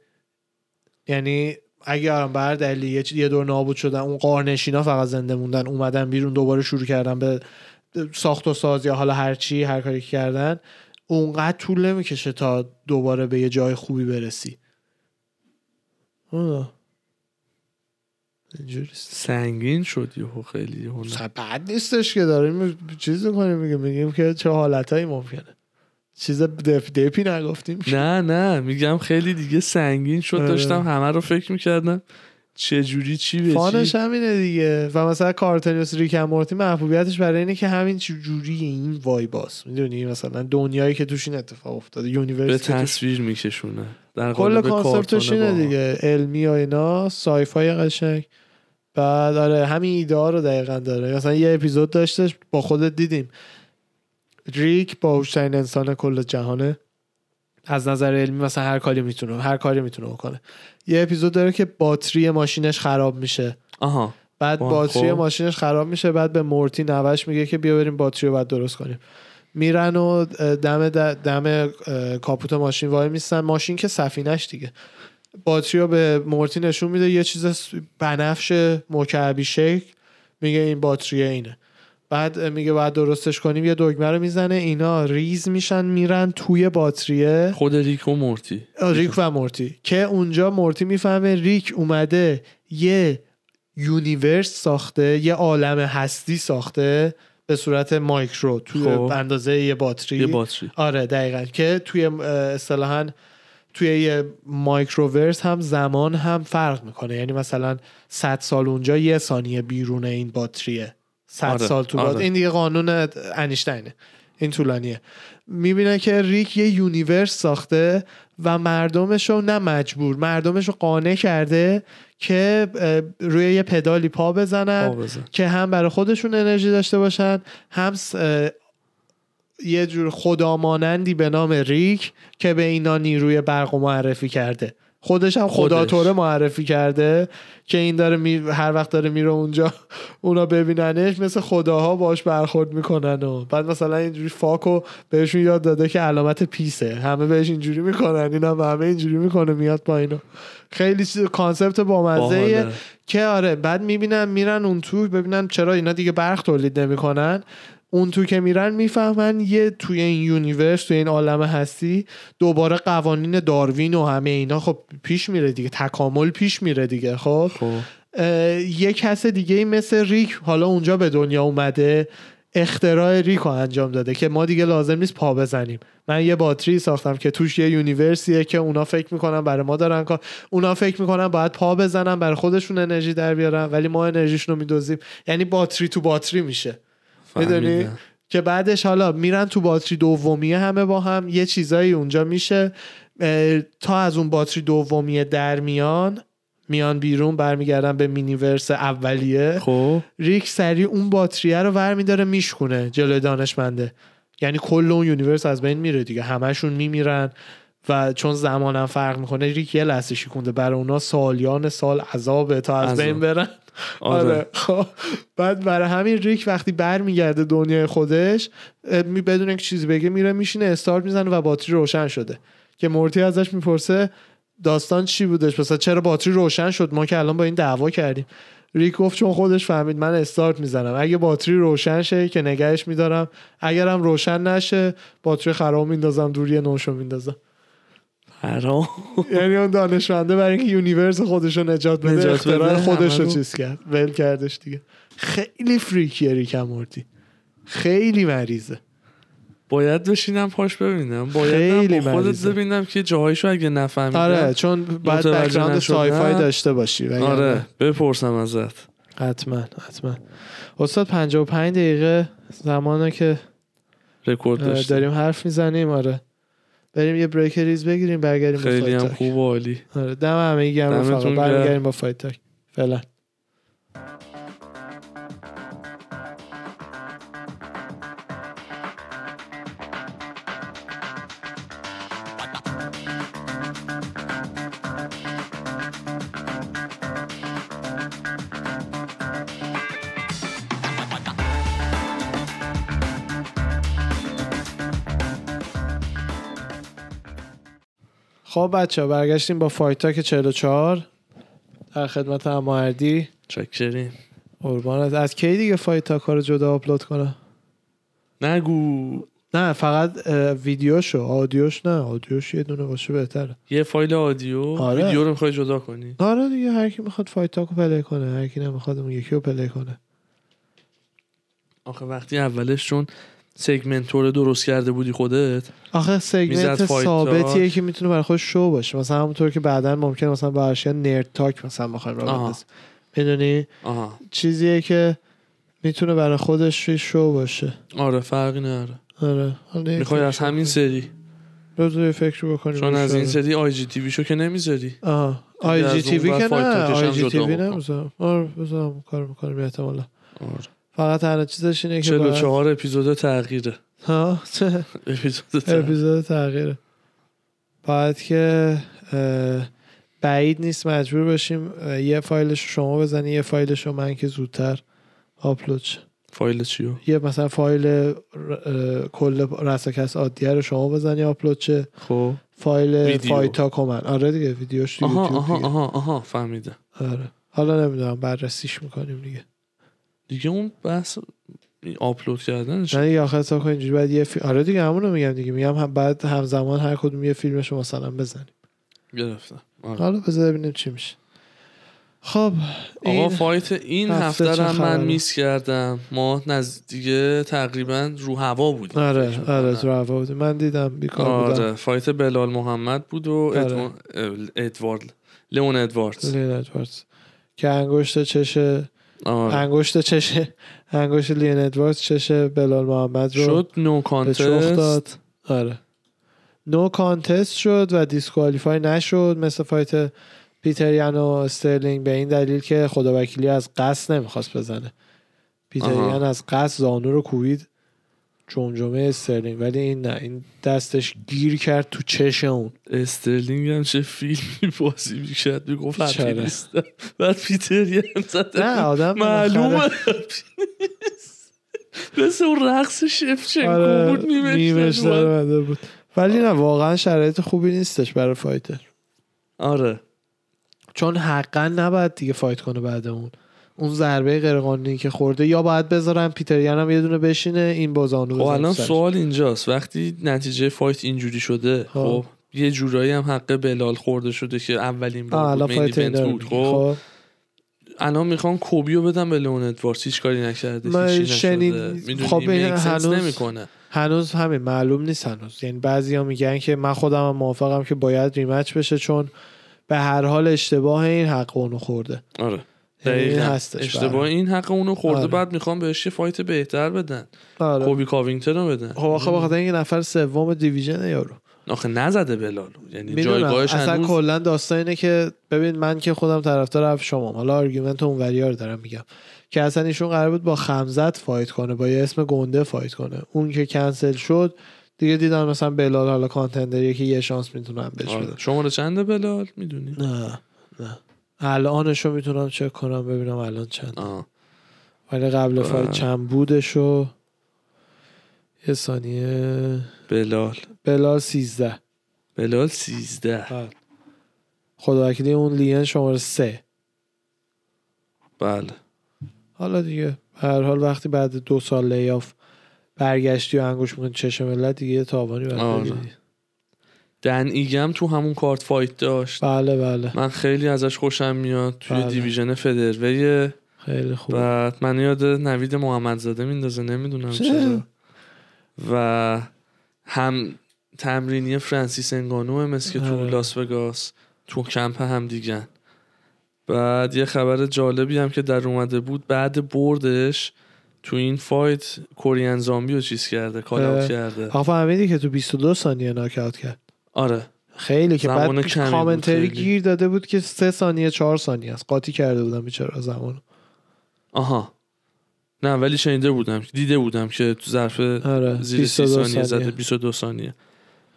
یعنی اگر به هر دلیلی یه چی- یه دور نابود شدن اون قارنشینا فقط زنده موندن اومدن بیرون دوباره شروع کردن به ساخت و ساز یا حالا هر چی هر کاری که کردن اونقدر طول نمیکشه تا دوباره به یه جای خوبی برسی آه. اینجوریست
سنگین شد یهو خیلی یهو نه.
اصلا بد نیستش که داریم می- چیز میکنیم میگه میگیم که چه حالتهایی ممکنه چیز دپ دپی نگفتیم
نه نه میگم خیلی دیگه سنگین شد
آره.
داشتم همه رو فکر میکردم چجوری چی به چی
فانش همینه دیگه و مثلا کارتنیوس ریک هم مورتی محبوبیتش برای اینه که همین چه جوری این وای باس میدونی مثلا دنیایی که توش این اتفاق افتاده
به
یونیورس که توش-
تصویر میکشونه در
کل
قالب
کانسپتش
کارتون
اینه
با-
دیگه علمی و اینا سایفای قشنگ بعد آره همین ایده ها رو دقیقا داره مثلا یه اپیزود داشتش با خودت دیدیم ریک باهوشترین انسان کل جهانه از نظر علمی مثلا هر کاری میتونه هر کاری میتونه بکنه یه اپیزود داره که باتری ماشینش خراب میشه
آها
بعد
آه،
باتری
خب.
ماشینش خراب میشه بعد به مورتی نوش میگه که بیا بریم باتری رو بعد درست کنیم میرن و دم د- دم اه، کاپوت ماشین وای میستن ماشین که سفینش دیگه باتری رو به مورتی نشون میده یه چیز س- بنفش مکعبی شکل میگه این باتری اینه بعد اه، میگه بعد درستش کنیم یه دگمه رو میزنه اینا ریز میشن میرن توی باتریه
خود ریکو مورتی
ریک و مورتی که اونجا مورتی میفهمه ریک اومده یه یونیورس ساخته یه عالم هستی ساخته به صورت مایکرو تو
خب.
اندازه یه باتری
یه باتری
آره دقیقا که توی اه، اصطلاحاً توی یه مایکروورس هم زمان هم فرق میکنه یعنی مثلا 100 سال اونجا یه ثانیه بیرون این باتریه 100
آره،
سال تو بات
آره.
این دیگه قانون انیشتینه این طولانیه میبینه که ریک یه یونیورس ساخته و مردمش رو نه مجبور مردمش رو قانع کرده که اه، روی یه پدالی پا بزنن
آه، بزن.
که هم برای خودشون انرژی داشته باشن هم س- اه، یه جور خدامانندی به نام ریک که به اینا نیروی برق و معرفی کرده خودش هم خدا
خودش.
توره معرفی کرده که این داره می... هر وقت داره میره اونجا اونا ببیننش مثل خداها باش برخورد میکنن و بعد مثلا اینجوری فاکو بهشون یاد داده که علامت پیسه همه بهش اینجوری میکنن این هم همه اینجوری میکنه میاد با اینو خیلی چیز کانسپت بامزه
باحاله.
که آره بعد میبینن میرن اون تو ببینن چرا اینا دیگه برق تولید نمیکنن اون تو که میرن میفهمن یه توی این یونیورس توی این عالم هستی دوباره قوانین داروین و همه اینا خب پیش میره دیگه تکامل پیش میره دیگه خب
خب
اه، یه کس دیگه ای مثل ریک حالا اونجا به دنیا اومده اختراع ریک رو انجام داده که ما دیگه لازم نیست پا بزنیم من یه باتری ساختم که توش یه یونیورسیه که اونا فکر میکنن برای ما دارن کار اونا فکر میکنن باید پا بزنن برای خودشون انرژی در بیارن ولی ما انرژیشون رو میدوزیم یعنی باتری تو باتری میشه میدونی
فهمیدم.
که بعدش حالا میرن تو باتری دومیه همه با هم یه چیزایی اونجا میشه اه، تا از اون باتری دومیه در میان میان بیرون برمیگردن به مینیورس اولیه
خب
ریک سریع اون باتریه رو ور میداره میشکونه جلوی دانشمنده یعنی کل اون یونیورس از بین میره دیگه همشون میمیرن و چون زمانم فرق میکنه ریک یه لحظه شکونده برای اونا سالیان سال عذابه تا از
عذاب.
بین برن
آره
خب. بعد برای همین ریک وقتی برمیگرده دنیای خودش اه، می بدون اینکه چیزی بگه میره میشینه استارت میزنه و باتری روشن شده که مورتی ازش میپرسه داستان چی بودش مثلا چرا باتری روشن شد ما که الان با این دعوا کردیم ریک گفت چون خودش فهمید من استارت میزنم اگه باتری روشن شه که نگهش میدارم اگرم روشن نشه باتری خراب میندازم دوری نوشو میندازم
پرام
یعنی اون دانشمنده برای اینکه یونیورس خودش رو نجات بده
نجات
اختراع
بده،
خودش رو
همه رو.
چیز کرد ول کردش دیگه خیلی فریکیه ریک امورتی خیلی مریضه
باید بشینم پاش ببینم باید
خیلی
با خودت
مریضه.
ببینم که جاهایشو اگه نفهمیدم
آره چون باید
متوجه
بک‌گراند
نشدن.
سایفای داشته باشی وگرنه-
آره بپرسم ازت
حتما حتما استاد 55 دقیقه زمانه که
رکورد
اه،
داشتیم
آره، داریم حرف میزنیم آره بریم یه بریک ریز بگیریم برگردیم به
خیلی
فایت
هم
تاک.
خوب و عالی
آره دم همه گرم
دمتون
رفقا
گرم.
برمیگردیم با فایت تاک فعلا خب بچه برگشتیم با فایت تاک 44 در خدمت اماردی
چکریم
قربانت از کی دیگه فایت تاک ها رو جدا آپلود کنه
نگو
نه فقط اه، ویدیوشو آدیوش نه آدیوش یه دونه باشه بهتره
یه فایل آدیو
آره.
ویدیو رو میخوای جدا کنی
آره دیگه هر کی میخواد فایت تاک رو پلی کنه هر کی نمیخواد اون یکی رو پلی کنه
آخه وقتی اولش چون سگمنتور درست کرده بودی خودت
آخه
میزد
سگمنت
فایت
ثابتیه
تاک.
که میتونه برای خود شو باشه مثلا همونطور که بعدا ممکنه مثلا برش نرد تاک مثلا بخوایم راه
آها.
بندازیم. میدونی
آها
چیزیه که میتونه برای خودش یه شو باشه
آره فرقی نداره
آره حالا یه
میخوای
فکر
از همین سری
بذار یه فکر بکنیم
چون از این
انشالله.
سری آی جی تی شو که نمیذاری
آها
دیگه
آی
از
جی
اون
تی وی
ور
که
فایت
نه
تاکش هم
آی جی تی
جدا
وی
بکن.
نمی‌ذارم. آره بذارم کار میکنم احتمالا
آره
فقط تنها چیزش اینه که باید
44 اپیزود تغییره
ها چه
اپیزود تغییر.
اپیزود تغییره باید که اه، بعید نیست مجبور باشیم اه، یه فایلش رو شما بزنی یه فایلش رو من که زودتر آپلود شه
فایل چیو
یه مثلا فایل ر- اه، کل رساکس عادیه رو شما بزنی آپلود شه
خب
فایل
ویدیو.
فایتا کمن آره دیگه ویدیوش تو
آها
یوتیوب
آها
دیگه.
آها آها فهمیدم
آره حالا نمیدونم بررسیش میکنیم دیگه
دیگه اون بحث آپلود کردنش
نه دیگه آخر تا کن اینجوری بعد یه فی... آره دیگه همونو میگم دیگه میگم هم بعد همزمان هر کدوم یه فیلمش رو مثلا بزنیم
گرفتم آره.
حالا بذار ببینیم چی میشه خب
آقا
این
فایت این
هفته
هفته رو
چه
هم من
خبره؟
میس کردم ما نزدیک تقریبا رو هوا بودیم فکر
آره
می‌کنم.
آره تو روا بود من دیدم بیکار بودم
آره فایت بلال محمد بود و
آره.
ادوان- اه، ادوارد لئون ادواردز
لین ادواردز که انگشت چش
آره.
انگشت چش انگشت لین ادواردز چش بلال محمد رو
شد نو
به چخ
کانتست
داد آره نو کانتست شد و دیسکوالیفای نشد مثل فایت پیتر یان و استرلینگ به این دلیل که خدا وکیلی از قصد نمیخواست بزنه پیتر
آها.
یان از قصد زانو رو کوبید جمجمه استرلینگ ولی این نه این دستش گیر کرد تو چش اون
استرلینگ هم چه فیلمی بازی میکرد میگفت
چرا؟
هپی نیستم بعد پیتر یه هم
نه
زده
آدم
معلومه
بالاخره-
هپی نیست. مثل اون رقص شفچنکو
آره،
بود
نیمش
میمشتن
در اومده بود ولی نه واقعا شرایط خوبی نیستش برای فایتر
آره
چون حقا نباید دیگه فایت کنه بعد اون اون ضربه غیرقانونی که خورده یا باید بذارن پیتریان هم یه دونه بشینه این بازانو
خب الان سوال اینجاست وقتی نتیجه فایت اینجوری شده
ها.
خب یه جورایی هم حق بلال خورده شده که اولین بار
الان
بود مین
فایت
ایونت
اینا رو
بود
می‌گی.
خب
خب
الان میخوان کوبیو بدم به لئون ادواردز هیچ کاری نکرده
من
هیچی
شنید-
نشده میدونی
خب این هنوز-
نمیکنه
هنوز همین معلوم نیست هنوز یعنی بعضیا میگن که من خودم هم موافقم که باید ریمچ بشه چون به هر حال اشتباه این حق اونو خورده
آره
یعنی این
دقیقاً.
هستش
اشتباه
برام.
این حق اونو خورده
آره.
بعد میخوان بهش یه فایت بهتر بدن
آره.
کوبی کاوینگتون رو بدن
خب آخه بخاطر اینکه نفر سوم دیویژن یارو
آخه نزده بلال یعنی
میدونم
جایگاهش
اصلا
هنوز
کلا داستان اینه که ببین من که خودم طرفدار حرف شما حالا آرگومنت اون وریا رو دارم میگم که اصلا ایشون قرار بود با خمزت فایت کنه با یه اسم گنده فایت کنه اون که کنسل شد دیگه دیدم مثلا بلال حالا کانتندریه که یه شانس میتونم بهش
آره.
بدم
شماره چنده بلال میدونی
نه نه الانشو میتونم چک کنم ببینم الان چند
آه.
ولی قبل
آه.
فایت چند بودشو یه ثانیه
بلال
بلال 13
بلال 13
خدا وکیلی اون لین شماره 3
بله
حالا دیگه به هر حال وقتی بعد دو سال لیاف برگشتی و انگوش میکنی چشم ملت دیگه یه تاوانی باید
آره.
بگیری.
دن ایگم تو همون کارت فایت داشت
بله بله
من خیلی ازش خوشم میاد توی
بله.
دیویژن فدروی
خیلی خوب
بعد من یاد نوید محمد زاده میندازه نمیدونم چرا و هم تمرینی فرانسیس انگانو مس که تو
آره.
لاس وگاس تو کمپ هم دیگن بعد یه خبر جالبی هم که در اومده بود بعد بردش تو این فایت کورین زامبی رو چیز کرده کال
اه.
اوت کرده
آقا فهمیدی که تو 22 ثانیه ناکاوت کرد
آره
خیلی که
زمان
بعد
کمی بود
کامنتری
خیلی.
گیر داده بود که سه ثانیه چهار ثانیه است قاطی کرده بودم بیچاره زمان
آها نه ولی شنیده بودم دیده بودم که تو ظرف
آره
زیر 30
22
ثانیه
ثانیه
زده 22 ثانیه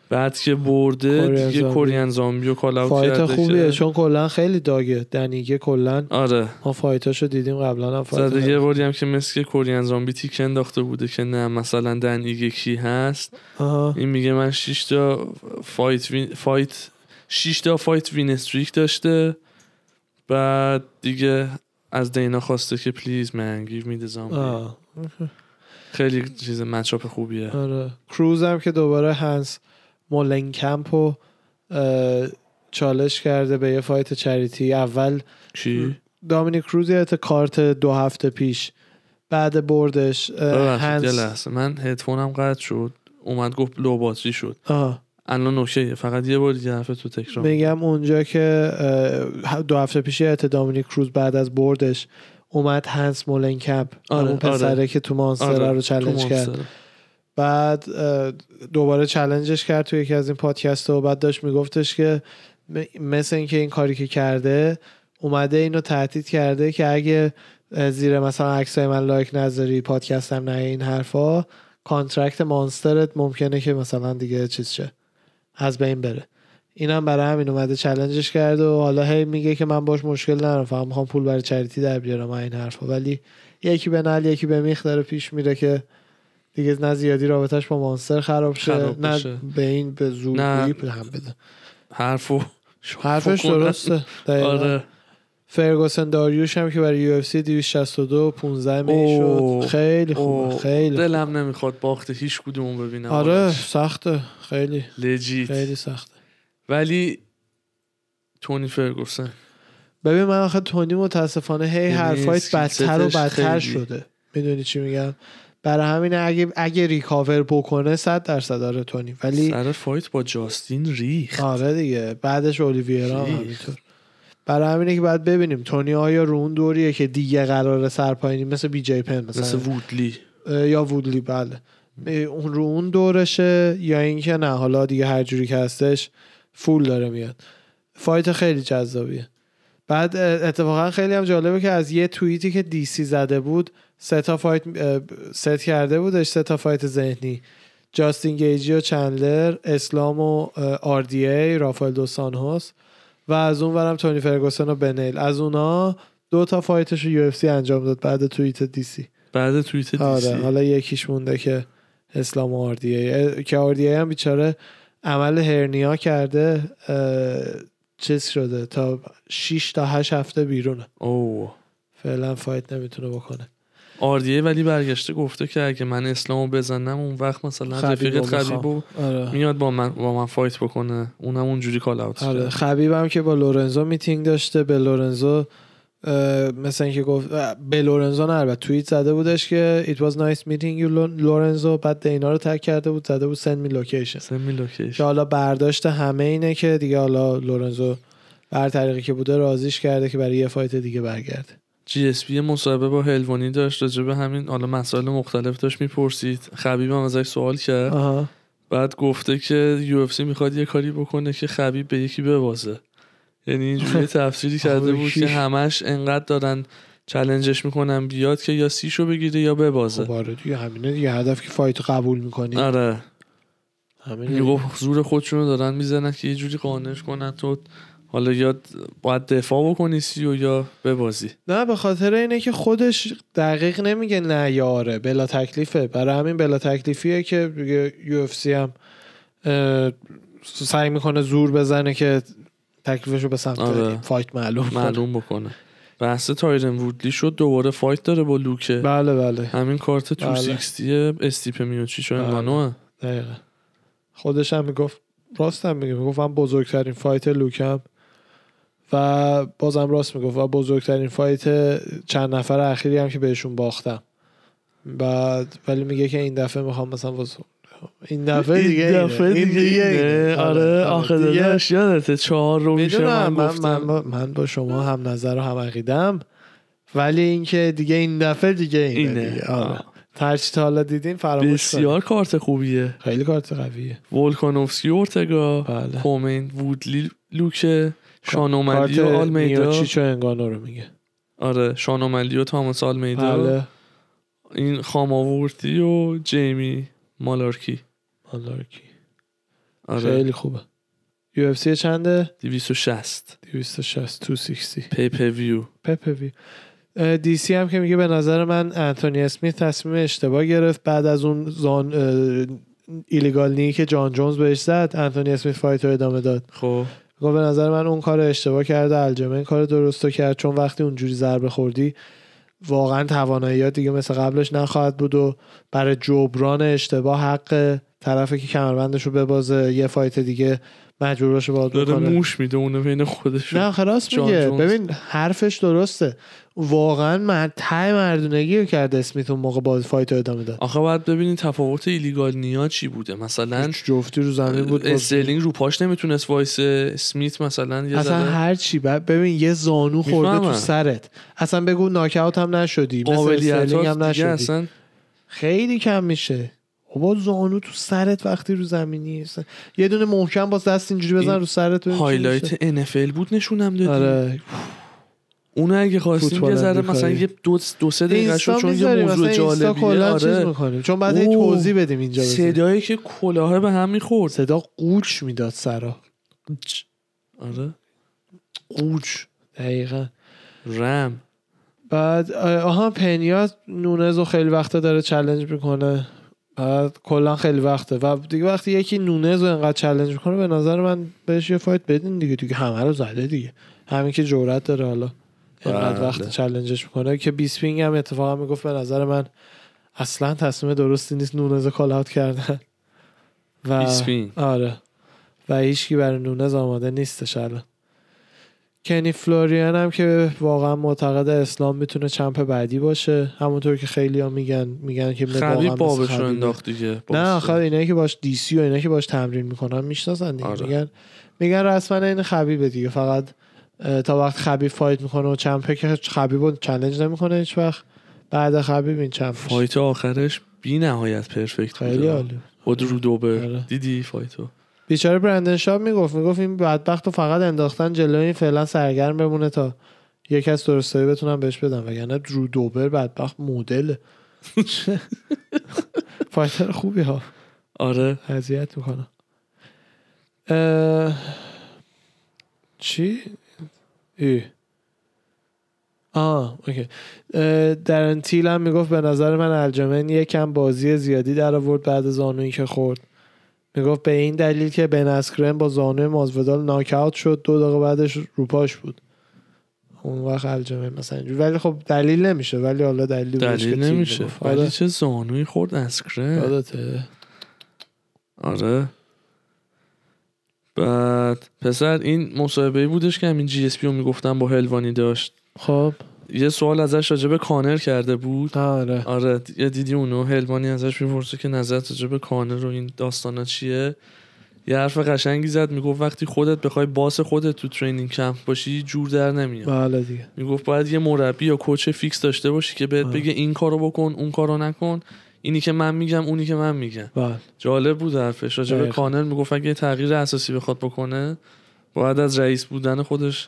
بعد که برده
کورین
دیگه
زامبی.
کورین زامبیو کال اوت
فایت
کرده
خوبیه
که-
چون کلا خیلی داگه دنیگه کلا
آره
ما فایتاشو دیدیم قبلا هم فایت
زده یه
داره.
باری هم که مثل که کورین زامبی تیک انداخته بوده که نه مثلا دن ایگ کی هست
آها.
این میگه من 6 تا فایت وین فایت 6 تا فایت وین استریک داشته بعد دیگه از دینا خواسته که پلیز من گیو می زامبی
آه.
خیلی چیز مچاپ خوبیه
آره کروز هم که دوباره هنس مولنکمپ رو اه، چالش کرده به یه فایت چریتی اول
چی
دامینیک کروز یادت کارت دو هفته پیش بعد بردش اه،
ببخشید یه
هنس
لحظه من هدفونم قطع شد اومد گفت لو باتری شد
آه.
الان اوکیه فقط یه بار دیگه حرف تو تکرار
میگم اونجا که اه، دو هفته پیش یادت دامینیک کروز بعد از بردش اومد هنس مولنکمپ
آره،
اون پسره
آره.
که تو مانستر
آره،
رو
تو
چالش کرد
مانستر.
بعد اه، دوباره چلنجش کرد توی یکی از این پادکست و بعد داشت میگفتش که م- مثل اینکه این کاری که کرده اومده اینو تهدید کرده که اگه اه، زیر مثلا عکسای من لایک نذاری پادکستم نه این حرفا کانترکت مانسترت ممکنه که مثلا دیگه چیز شه از بین بره اینم برای همین اومده چلنجش کرده و حالا هی میگه که من باش مشکل ندارم فقط میخوام پول برای چریتی در بیارم این حرفا ولی یکی به نل یکی به میخ داره پیش میره که دیگه نه زیادی رابطش با مانستر خراب شه
خراب
نه
بشه.
به این به
نه.
زورگویی هم بده
حرفو شوخی
حرفش
کنن.
درسته دقیقاً.
آره
فرگوسن داریوش هم که برای UFC 262 15 می
اوه.
شد خیلی خوبه
اوه،
خیلی خوبه.
دلم نمیخواد باخت هیچ کدوم ببینم
آره
آرش.
سخته خیلی
لجیت
خیلی سخته
ولی تونی فرگوسن
ببین من آخه تونی متاسفانه هی
یعنی
حرفایت
سیاستش
بدتر و بدتر
خیلی.
شده میدونی چی میگم برای همین اگه اگه ریکاور بکنه 100 درصد آره تونی ولی
سر فایت با جاستین ریخ
آره دیگه بعدش اولیویرا هم
خیلی.
همینطور برای همینه که باید ببینیم تونی آیا رو اون دوریه که دیگه قرار سرپاینی مثل بی جی پن مثلا
مثل وودلی
اه، یا وودلی بله اه، اون رو اون دورشه یا اینکه نه حالا دیگه هر جوری که هستش فول داره میاد فایت خیلی جذابیه بعد اه، اتفاقا خیلی هم جالبه که از یه توییتی که دیسی زده بود سه تا فایت اه، ست کرده بودش سه تا فایت ذهنی جاستین گیجی و چندلر اسلام و آر دی ای رافائل دو سانهوس و از اون ورم تونی فرگوسن و بنیل از اونا دو تا فایتش رو یو انجام داد بعد توییت دیسی
بعد توییت دیسی
آره حالا یکیش مونده که اسلام آردیه که آردیه هم بیچاره عمل هرنیا کرده اه، چیز شده تا 6 تا 8 هفته بیرونه
اوه
فعلا فایت نمیتونه بکنه
آردیه ولی برگشته گفته که اگه من اسلامو بزنم اون وقت مثلا
خبیب رو
رفیقت
می‌خوام.
خبیبو
آره
میاد با من با من فایت بکنه اونم اونجوری کال اوت
آره
کرد.
خبیب هم که با لورنزو میتینگ داشته به لورنزو اه، مثل اینکه گفت اه، به لورنزو نه البته توییت زده بودش که it was nice meeting you Lor- لورنزو بعد دینا رو تک کرده بود زده بود send me location
سمی لوکیش
که حالا برداشت همه اینه که دیگه حالا لورنزو بر طریقی که بوده رازیش کرده که برای یه فایت دیگه برگرده
جی اس پی مصاحبه با هلوانی داشت راجع به همین حالا مسائل مختلف داشت میپرسید خبیب هم ازش سوال کرد
آها
بعد گفته که یو اف سی میخواد یه کاری بکنه که خبیب به یکی ببازه یعنی اینجوری یه تفسیری کرده بود که
شیش.
همش انقدر دارن چلنجش میکنن بیاد که یا سیشو بگیره یا ببازه
خب آره دیگه همینه دیگه هدف که فایت قبول میکنی
آره
همینه
میگفت زور خودشونو دارن میزنن که یه جوری قانعش کنن تو حالا یا باید دفاع بکنی سیو یا ببازی
نه به خاطر اینه که خودش دقیق نمیگه نه یاره بلا تکلیفه برای همین بلا تکلیفیه که دیگه یو اف سی هم اه، سعی میکنه زور بزنه که تکلیفش رو به سمت
آره.
فایت معلوم کنه
معلوم بکنه بحث تایرن وودلی شد دوباره فایت داره با لوکه
بله بله
همین کارت
بله.
260 استیپ میوچیچ و
بله.
انگانوه
دقیقا خودش هم میگفت راست هم میگه میگفت من بزرگترین فایت لوکم و بازم راست میگفت و بزرگترین فایت چند نفر اخیری هم که بهشون باختم بعد ولی میگه که این دفعه میخوام مثلا واسه- این دفعه دیگه
این
اینه.
دفعه
این
دیگه اینه. آره آخه
دیگه
داداش یادته چهار رو میشه من
میدونم من, من,
گفتم
با- من با شما هم نظر و هم عقیدم ولی اینکه دیگه این دفعه دیگه اینه,
اینه.
دیگه. آره.
آه.
هرچی تا حالا دیدین فراموش کنید.
بسیار کارت خوبیه
خیلی کارت قویه
ولکانوفسکی اورتگا
بله.
کومین وودلی لوکه
کارت
شانوملی و آلمیدا
میوچیچ و انگانو رو میگه
آره شانوملی و تاماس آلمیدا
بله
این خاماورتی و جیمی مالارکی
مالارکی
آره
خیلی خوبه یو اف سی چنده
260
260 260
پی پی ویو
پپوی دی سی هم که میگه به نظر من انتونی اسمیت تصمیم اشتباه گرفت بعد از اون زان اه، ایلیگال نی که جان جونز بهش زد انتونی اسمیت فایت رو ادامه داد
خب
گفت به نظر من اون کار اشتباه کرده الجمن کار درست رو کرد چون وقتی اونجوری ضربه خوردی واقعا تواناییات دیگه مثل قبلش نخواهد بود و برای جبران اشتباه حق طرفی که کمربندش رو ببازه یه فایت دیگه مجبور باشه باید
داره
بکنه
موش میده اونو بین خودش
آره. نه خلاص
جان
میگه
جونز.
ببین حرفش درسته واقعا مرد تای مردونگی رو کرد اسمیت اون موقع باز فایت رو ادامه داد
آخه باید ببینین تفاوت ایلیگال نیا چی بوده مثلا
جفتی رو زمین بود
استرلینگ رو پاش نمیتونست وایسه اسمیت مثلا یه
اصلا
ذره
هر چی ب- ببین یه زانو خورده
میفهمم.
تو سرت اصلا بگو ناکاوت هم نشدی مثل استرلینگ هم
قابلیتات دیگه
نشدی
اصلا
خیلی کم میشه بابا زانو تو سرت وقتی رو زمینی اصلا. یه دونه محکم با دست اینجوری بزن
این
رو سرت ببین چی میشه.
هایلایت NFL بود نشونم دادی
آره
اونو اگه خواستیم
فوتبال
یه ذره
امریکایی.
مثلا یه دو, دو سه دقیقه شد
اینستا
چون یه
می‌ذاریم.
موضوع
اصلا اینستا
جالبیه
کلاً چیز
آره
می‌کنیم. چون بعد هی
اوه.
توضیح بدیم اینجا بزنیم.
صدایی که کلاه به هم میخورد
صدا قوچ میداد سرا
آره
قوچ دقیقا
رم
بعد آه، آها پنیا نونز رو خیلی وقته داره چلنج میکنه بعد کلا خیلی وقته و دیگه وقتی یکی نونز رو انقدر چلنج میکنه به نظر من بهش یه فایت بدین دیگه دیگه همه رو زده دیگه همین که جرأت داره حالا انقدر
بله.
وقت چلنجش میکنه که بیسپینگ هم اتفاقا میگفت به نظر من اصلا تصمیم درستی نیست نونز رو کال آوت کردن و
بیسپینگ.
آره و هیچکی برای نونز آماده نیستش الان کنی فلوریان هم که واقعا معتقد اسلام میتونه چمپ بعدی باشه همونطور که خیلی ها میگن میگن که واقعا
خبیب
مثل
بابش
خبیبه.
رو انداخت دیگه
نه
باسته.
آخه اینایی که باش دی سی و اینایی که باش تمرین میکنن میشناسن دیگه
آره.
میگن میگن رسما این خبیبه دیگه فقط اه، تا وقت خبیب فایت میکنه و چمپه که خبیب رو چلنج نمیکنه هیچ وقت بعد خبیب این چمپش
فایت آخرش بی نهایت پرفکت
خیلی
بود
عالی
با درو دوبر
آره.
دیدی فایتو
بیچاره برندن شاب میگفت میگفت این بدبخت رو فقط انداختن جلوی این فعلا سرگرم بمونه تا یک از درستایی بتونم بهش بدم وگرنه درو دوبر بدبخت مدل فایتر خوبی ها
آره
اذیت میکنم چی؟ ای. آه اوکی اه، درن تیل هم میگفت به نظر من الجمن یکم بازی زیادی در آورد بعد از زانویی که خورد میگفت به این دلیل که بن اسکرن با زانوی مازودال ناکاوت شد دو دقیقه بعدش روپاش بود اون وقت الجمن مثلا اینجوری. ولی خب دلیل نمیشه ولی حالا دلیل بودش که
دلیل
تیل
نمیشه
میگفت.
ولی
آره.
چه زانویی خورد اسکرن
یادته.
آره بعد پسر این مصاحبه بودش که همین جی اس پی رو میگفتن با هلوانی داشت
خب
یه سوال ازش راجع به کانر کرده بود
آره
آره د- یه دیدی اونو هلوانی ازش میپرسه که نظرت راجع به کانر و این داستانا چیه یه حرف قشنگی زد میگفت وقتی خودت بخوای باس خودت تو ترینینگ کمپ باشی جور در نمیاد
بله دیگه
میگفت باید یه مربی یا کوچ فیکس داشته باشی که بهت
آه.
بگه این کارو بکن اون کارو نکن اینی که من میگم اونی که من میگم
بله
جالب بود حرفش راجع به
دقیقا.
کانر میگفت اگه یه تغییر اساسی بخواد بکنه باید از رئیس بودن خودش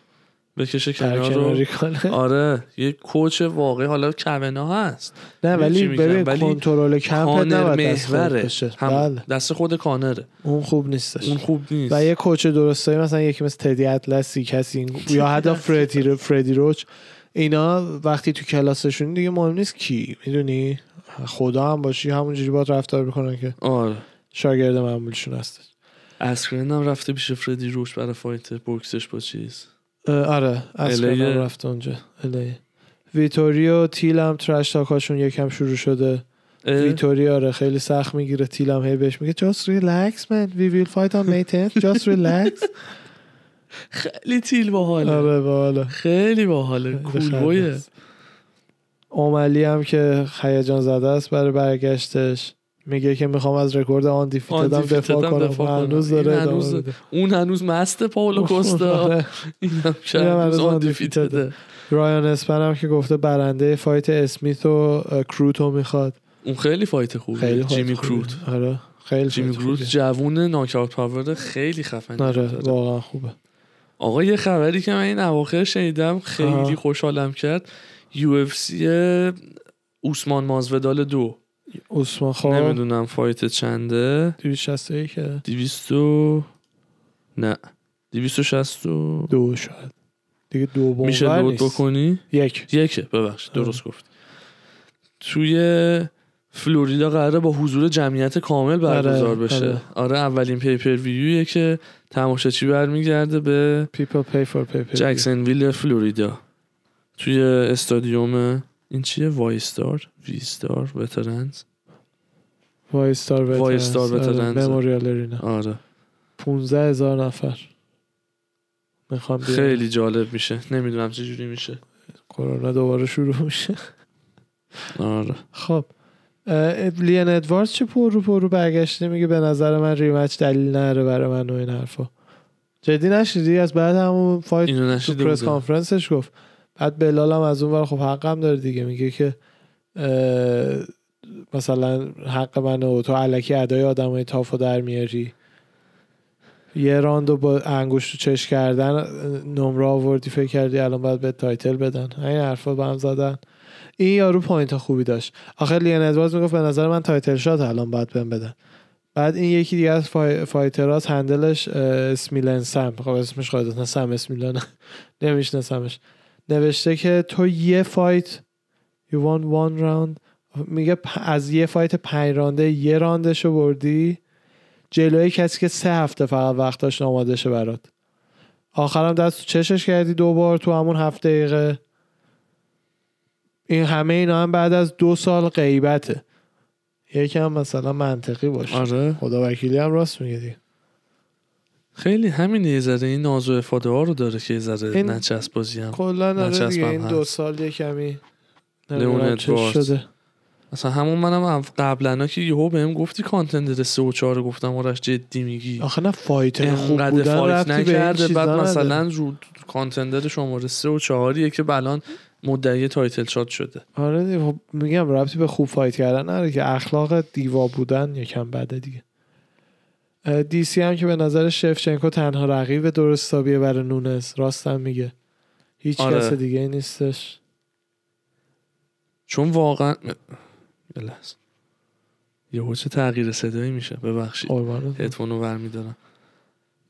بکشه کنار رو
برکناری کنه
آره یه کوچ واقعی حالا کونا هست
نه
چی
ولی
میگم؟
ببین
ولی
کنترل کمپ
کانر
نباید دست خود
محوره
بشه
هم
بله
دست خود کانره
اون خوب نیستش
اون خوب نیست
و یه کوچ درستایی مثلا یکی مثل تدی اطلسی کسی این- یا حتی فردی, رو- فردی روچ اینا وقتی تو کلاسشون دیگه مهم نیست کی میدونی خدا هم باشی همونجوری باید رفتار بکنن که
آره
شاگرد معمولشون هستش
اسکرین هم رفته پیش فردی روش برای فایت بوکسش با چیز
آره اسکن
LA.
رفته اونجا LA. ویتوریو تیل هم ترش تاکاشون یکم شروع شده
اه،
ویتوری آره خیلی سخت میگیره تیل هم هی بهش میگه just relax man we will fight on May 10th just relax
خیلی تیل باحاله
آره بالا
خیلی باحاله کولبویه
اوملی هم که هیجان زده است برای برگشتش میگه که میخوام از رکورد آن دیفیتدم
آندیفیتدم
دفاع کنم
دفاع کنم.
هنوز
این
داره ادامه
هنوز
میده.
اون هنوز مست پاولو کوستا
آره.
این هم
این هم
شاید
هنوز
آندیفیتده
رایان اسپن هم که گفته برنده فایت اسمیت و اه، کروتو میخواد
اون خیلی فایت
خیلی
خوبه
فایت
جیمی
خوبیه.
کروت
آره خیلی
جیمی
فایت
کروت
خوبیه.
جوون ناکاوت پاور خیلی خفن
آره
داره.
واقعا خوبه
آقا یه خبری که من این اواخر شنیدم خیلی
آه.
خوشحالم کرد یو اف سی اوسمان مازودال دو
عثمان خان
نمیدونم فایت چنده
261 که
دیویست و نه دیویست و شست و
دو شاید دیگه دوم
میشه
ور
لود
نیست.
بکنی
یک
یکه ببخش درست گفت توی فلوریدا قراره با حضور جمعیت کامل برگزار
آره،
بشه
آره.
آره, اولین پیپر ویویه که تماشاچی برمیگرده به
پیپل پی فور پیپل
جکسن ویل فلوریدا توی استادیوم این چیه وایستار ویستار وترنز
وای آره، استار وترنز
وای استار وترنز.
مموریال ارینا
آره
15 هزار نفر میخوام بیارم.
خیلی جالب میشه نمیدونم چه جوری میشه
کرونا دوباره شروع میشه
آره
خب اه، لین ادواردز چه پرو پرو برگشته میگه به نظر من ریمچ دلیل نره برای من و این حرفا جدی نشیدی از بعد همون فایت
اینو
تو
نشیده
پرس
بودم
کانفرنسش گفت بعد بلال هم از اون ور خب حقم داره دیگه میگه که اه، مثلا حق من و تو علکی ادای آدمای تافو در میاری یه راندو با انگشت رو چش کردن اه، نمره آوردی فکر کردی الان باید به تایتل بدن این حرفا به هم زدن این یارو پوینت خوبی داشت آخر لین ادوارز میگفت به نظر من تایتل شات الان باید بهم بدن بعد این یکی دیگه از فای... فایتراز هندلش اه، اسمیلن سم خب اسمش قاعدتا سم اسمیلن نمیشناسمش نوشته که تو یه فایت you won one round میگه پ- از یه فایت پنج رانده یه راندش رو بردی جلوی کسی که سه هفته فقط وقت داشت آماده شه برات آخرم دست تو چشش کردی دوبار تو همون هفت دقیقه این همه اینا هم بعد از دو سال غیبته یکم مثلا منطقی باشه
آره
خدا وکیلی هم راست میگه دیگه
خیلی همین یه ذره این ناز و افاده ها رو داره که یه ذره
این-
نچسب بازی هم
کلا آره دیگه
نچسبم
این
هست.
دو سال یه کمی
لیون
نمیدونم چه
ادواردز.
شده
اصلا همون منم اف- قبلا که یهو بهم گفتی کانتندر سه و 4 گفتم آرش جدی میگی
آخه نه فایتر خوب
اینقدر
بودن
فایت
ربطی به این
نکرده
چیزا
بعد
نداره.
مثلا رو کانتندر شماره سه و چهاریه که الان مدعی تایتل شات شده
آره دیگه، خب میگم ربطی به خوب فایت کردن نداره که اخلاق دیوا بودن یکم بده دیگه اه، دی سی هم که به نظر شفچنکو تنها رقیب درستابیه برای نونز راستم میگه هیچ
آره.
کس دیگه نیستش
چون واقعا یه لحظه یهو چه تغییر صدایی میشه
خب.
ببخشید
قربانت
هدفون رو برمیدارم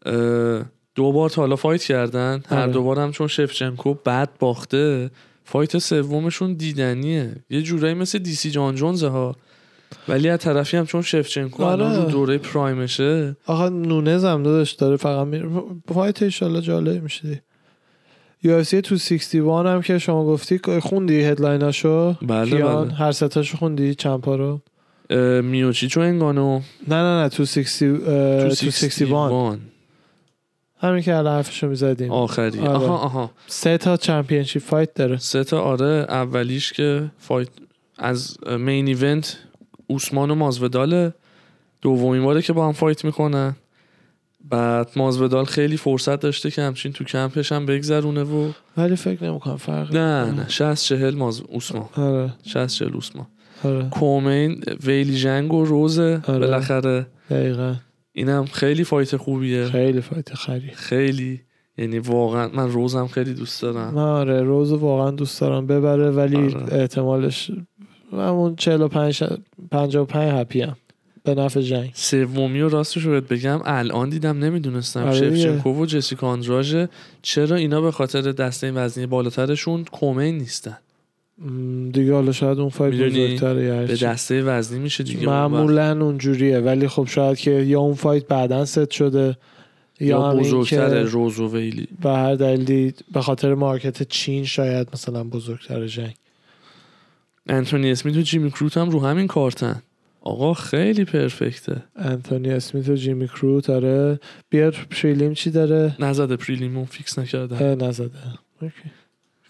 اه، دو بار تا حالا فایت کردن هر
آره.
دو بار هم چون شفچنکو بد باخته فایت سومشون دیدنیه یه جورایی مثل دیسی جان جونز ها ولی از طرفی هم چون شفچنکو
آره.
الان رو دوره پرایمشه
آخه نونز هم دادش داره فقط می... فایت ایشالله جالب میشه دیگه یو تو 61 هم که شما گفتی خوندی هدلایناشو
بله،
کیان
بله.
هر ستاشو خوندی چمپا رو
اه، میوچیچ و انگانو
نه نه نه تو 60 اه، تو 61
61
همین که الان حرفشو میزدیم
آخری
آره.
آها آها
سه تا چمپیونشیپ فایت داره
سه تا آره اولیش که فایت از مین ایونت اوسمان و مازوداله دومین باره که با هم فایت میکنن بعد مازودال خیلی فرصت داشته که همچین تو کمپش هم بگذرونه و
ولی فکر نمیکنم فرق
نه نه 60 چهل ماز اوسمان
آره
60 چهل اوسمان
آره
کومین ویلی جنگ و روزه
آره.
بالاخره
دقیقا
اینم خیلی فایت خوبیه
خیلی فایت خری
خیلی یعنی واقعا من روزم خیلی دوست دارم
من آره روز واقعا دوست دارم ببره ولی
آره.
احتمالش همون 45 55 هپی هم به نفع جنگ
سومی و راستش رو بهت بگم الان دیدم نمیدونستم
آره دیگه.
شفچنکو و جسیکا آندراژ چرا اینا به خاطر دسته این وزنی بالاترشون کومین نیستن
م، دیگه حالا شاید اون فایت
می‌دونی،
بزرگتره یا
به
هرچی.
دسته وزنی میشه دیگه اون وقت.
معمولا اونجوریه ولی خب شاید که یا اون فایت بعدا ست شده
یا
همین
بزرگتر
که
روزوویلی
به هر دلیلی به خاطر مارکت چین شاید مثلا بزرگتر جنگ
انتونی اسمیت و جیمی کروت هم رو همین کارتن آقا خیلی پرفکته
انتونی اسمیت و جیمی کرو داره بیار پریلیم چی داره
نزده پریلیمون فیکس نکردن
اه، نزده اوکی.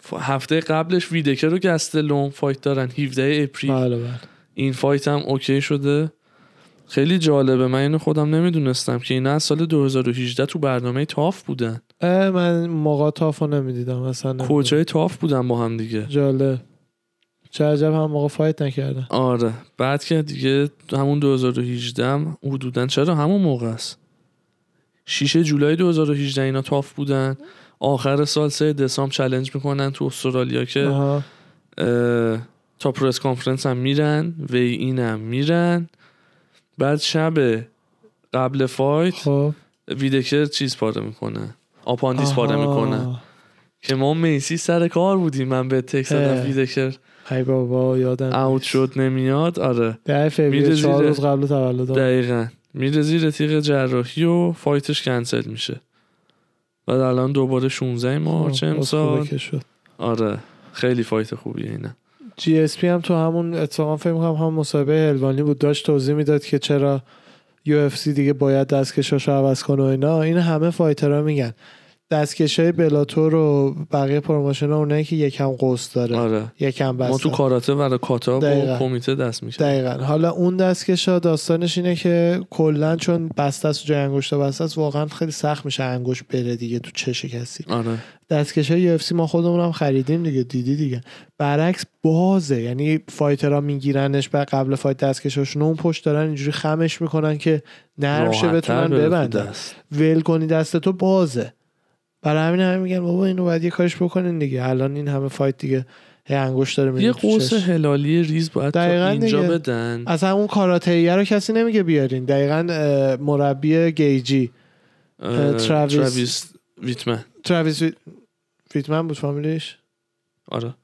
ف- هفته قبلش ویدکر و گستلون فایت دارن 17 اپریل
بله بله
این فایت هم اوکی شده خیلی جالبه من اینو خودم نمیدونستم که اینا از سال 2018 تو برنامه تاف بودن
اه، من موقع تافو نمیدیدم اصلا نمی‌دونم.
کوچای تاف بودن با هم دیگه
جالب چه عجب هم موقع فایت نکردن
آره بعد که دیگه همون 2018 هم حدودا چرا همون موقع است 6 جولای 2018 اینا تاف بودن آخر سال 3 دسامبر چلنج میکنن تو استرالیا که
آها.
اه، تا پرس کانفرنس هم میرن وی اینم میرن بعد شب قبل فایت
خب
ویدکر چیز پاره میکنه آپاندیس
آها.
پاره میکنه که ما میسی سر کار بودیم من به تکس دادم
اه.
ویدکر
ای بابا یادم
اوت
نیست.
شد نمیاد آره
ده
میره
فوریه چهار
زیر.
روز قبل تولدم
دقیقا میره زیر تیغ جراحی و فایتش کنسل میشه بعد الان دوباره 16
آه،
مارچ
باز
امسال
خب، خوبه که شد
آره خیلی فایت خوبیه اینا
جی اس پی هم تو همون اتفاقا فکر میکنم هم مصاحبه هلوانی بود داشت توضیح میداد که چرا یو اف سی دیگه باید دستکشاش رو عوض کنه و اینا این همه فایترها میگن دستکشای بلاتور و بقیه پروموشن ها اونایی که یکم قوس داره
آره
یکم بس
ما تو کاراته و کاتا
دقیقاً.
و کمیته دست میشه
دقیقا حالا اون دستکش ها داستانش اینه که کلا چون بسته است و جای انگشت بسته است واقعا خیلی سخت میشه انگشت بره دیگه تو چش کسی
آره
دستکش های UFC ما خودمون هم خریدیم دیگه دیدی دیگه برعکس بازه یعنی فایترها میگیرنش بعد قبل فایت دستکشاشون اون پشت دارن اینجوری خمش میکنن که نرم شه
راحت‌تر
بتونن
بره تو
ببندن
دست.
ول کنی دست تو بازه برای همین هم میگن بابا اینو باید یه کارش بکنین دیگه الان این همه فایت دیگه هی انگشت داره میره
یه
تو
قوس
چشم.
هلالی ریز باید تا
دقیقاً
اینجا
دیگه.
بدن
اصلا اون کاراتهیه رو کسی نمیگه بیارین دقیقا اه، مربی گیجی
اه،
تراویس-
تراویس ویتمن
تراویس ویت- ویتمن بود فامیلیش
آره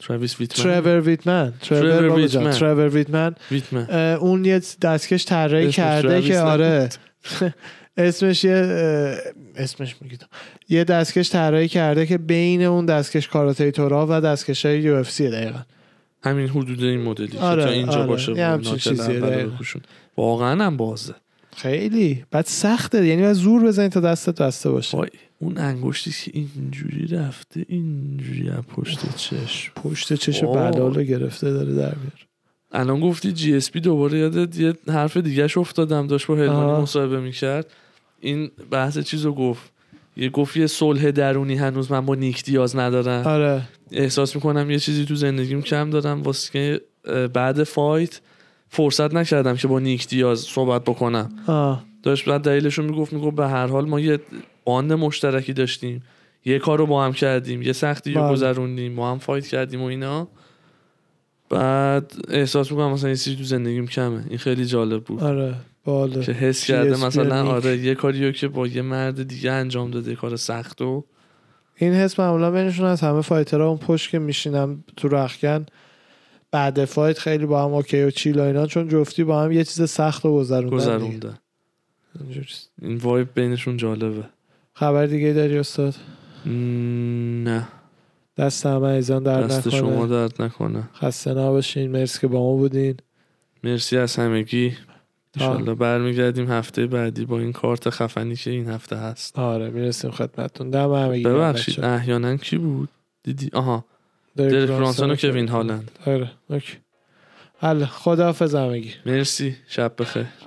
تراویس ویتمن
ترور ویتمن ترور
ترور
بابا جان.
ویتمن.
ترور ویتمن
ویتمن
اه، اون یه دستکش طراحی
اسمش
کرده
تراویس
که
نبود.
آره اسمش یه اه، اسمش میگید یه دستکش طراحی کرده که بین اون دستکش کاراته تورا و دستکش های یو اف سی دقیقا
همین حدود این مدلی
آره،
که تا اینجا
آره.
باشه
یه
و
همچین
ناکل
چیزیه،
اول
دقیقاً.
بپوشون. واقعا هم بازه
خیلی بعد سخته یعنی باید زور بزنی تا دستت بسته باشه
وای اون انگشتی که اینجوری رفته اینجوری از پشت چشم
پشت چش
وای.
بلال رو گرفته داره در میاره
الان گفتی جی اس پی دوباره یادت یه حرف دیگهش افتادم داشت با
آها.
هلمانی مصاحبه میکرد این بحث چیزو گفت یه گفت یه صلح درونی هنوز من با نیک دیاز ندارم
آره
احساس میکنم یه چیزی تو زندگیم کم دارم واسه که اه، بعد فایت فرصت نکردم که با نیک دیاز صحبت بکنم
آه.
داشت بعد دلیلش رو میگفت میگفت به هر حال ما یه باند مشترکی داشتیم یه کار رو با هم کردیم یه سختی رو
بله.
گذروندیم با هم فایت کردیم و اینا بعد احساس میکنم مثلا یه چیزی تو زندگیم کمه این خیلی جالب بود
آره باله
که حس کرده
GSP
مثلا
نیک.
آره یه کاریو که با یه مرد دیگه انجام داده کار سخت و
بله. این حس معمولا بینشون از همه فایترها اون پشت که میشینم تو رخکن بعد فایت خیلی با هم اوکی و چیل و اینا چون جفتی با هم یه چیز سخت رو گذروندن دیگه.
گذرونده
اینجوریست.
این وایب بینشون جالبه
خبر دیگه داری استاد
م، نه
دست همه ایزان در
دست
نکنه
شما درد نکنه
خسته نباشین مرسی که با ما بودین
مرسی از همگی
آه.
انشالله برمیگردیم هفته بعدی با این کارت خفنی که این هفته هست
آره میرسیم خدمتتون دم همه
ببخشید احیانا کی بود دیدی آها دریک برانسون و کوین هالند
آره اوکی حل خداحافظ همگی
مرسی شب بخیر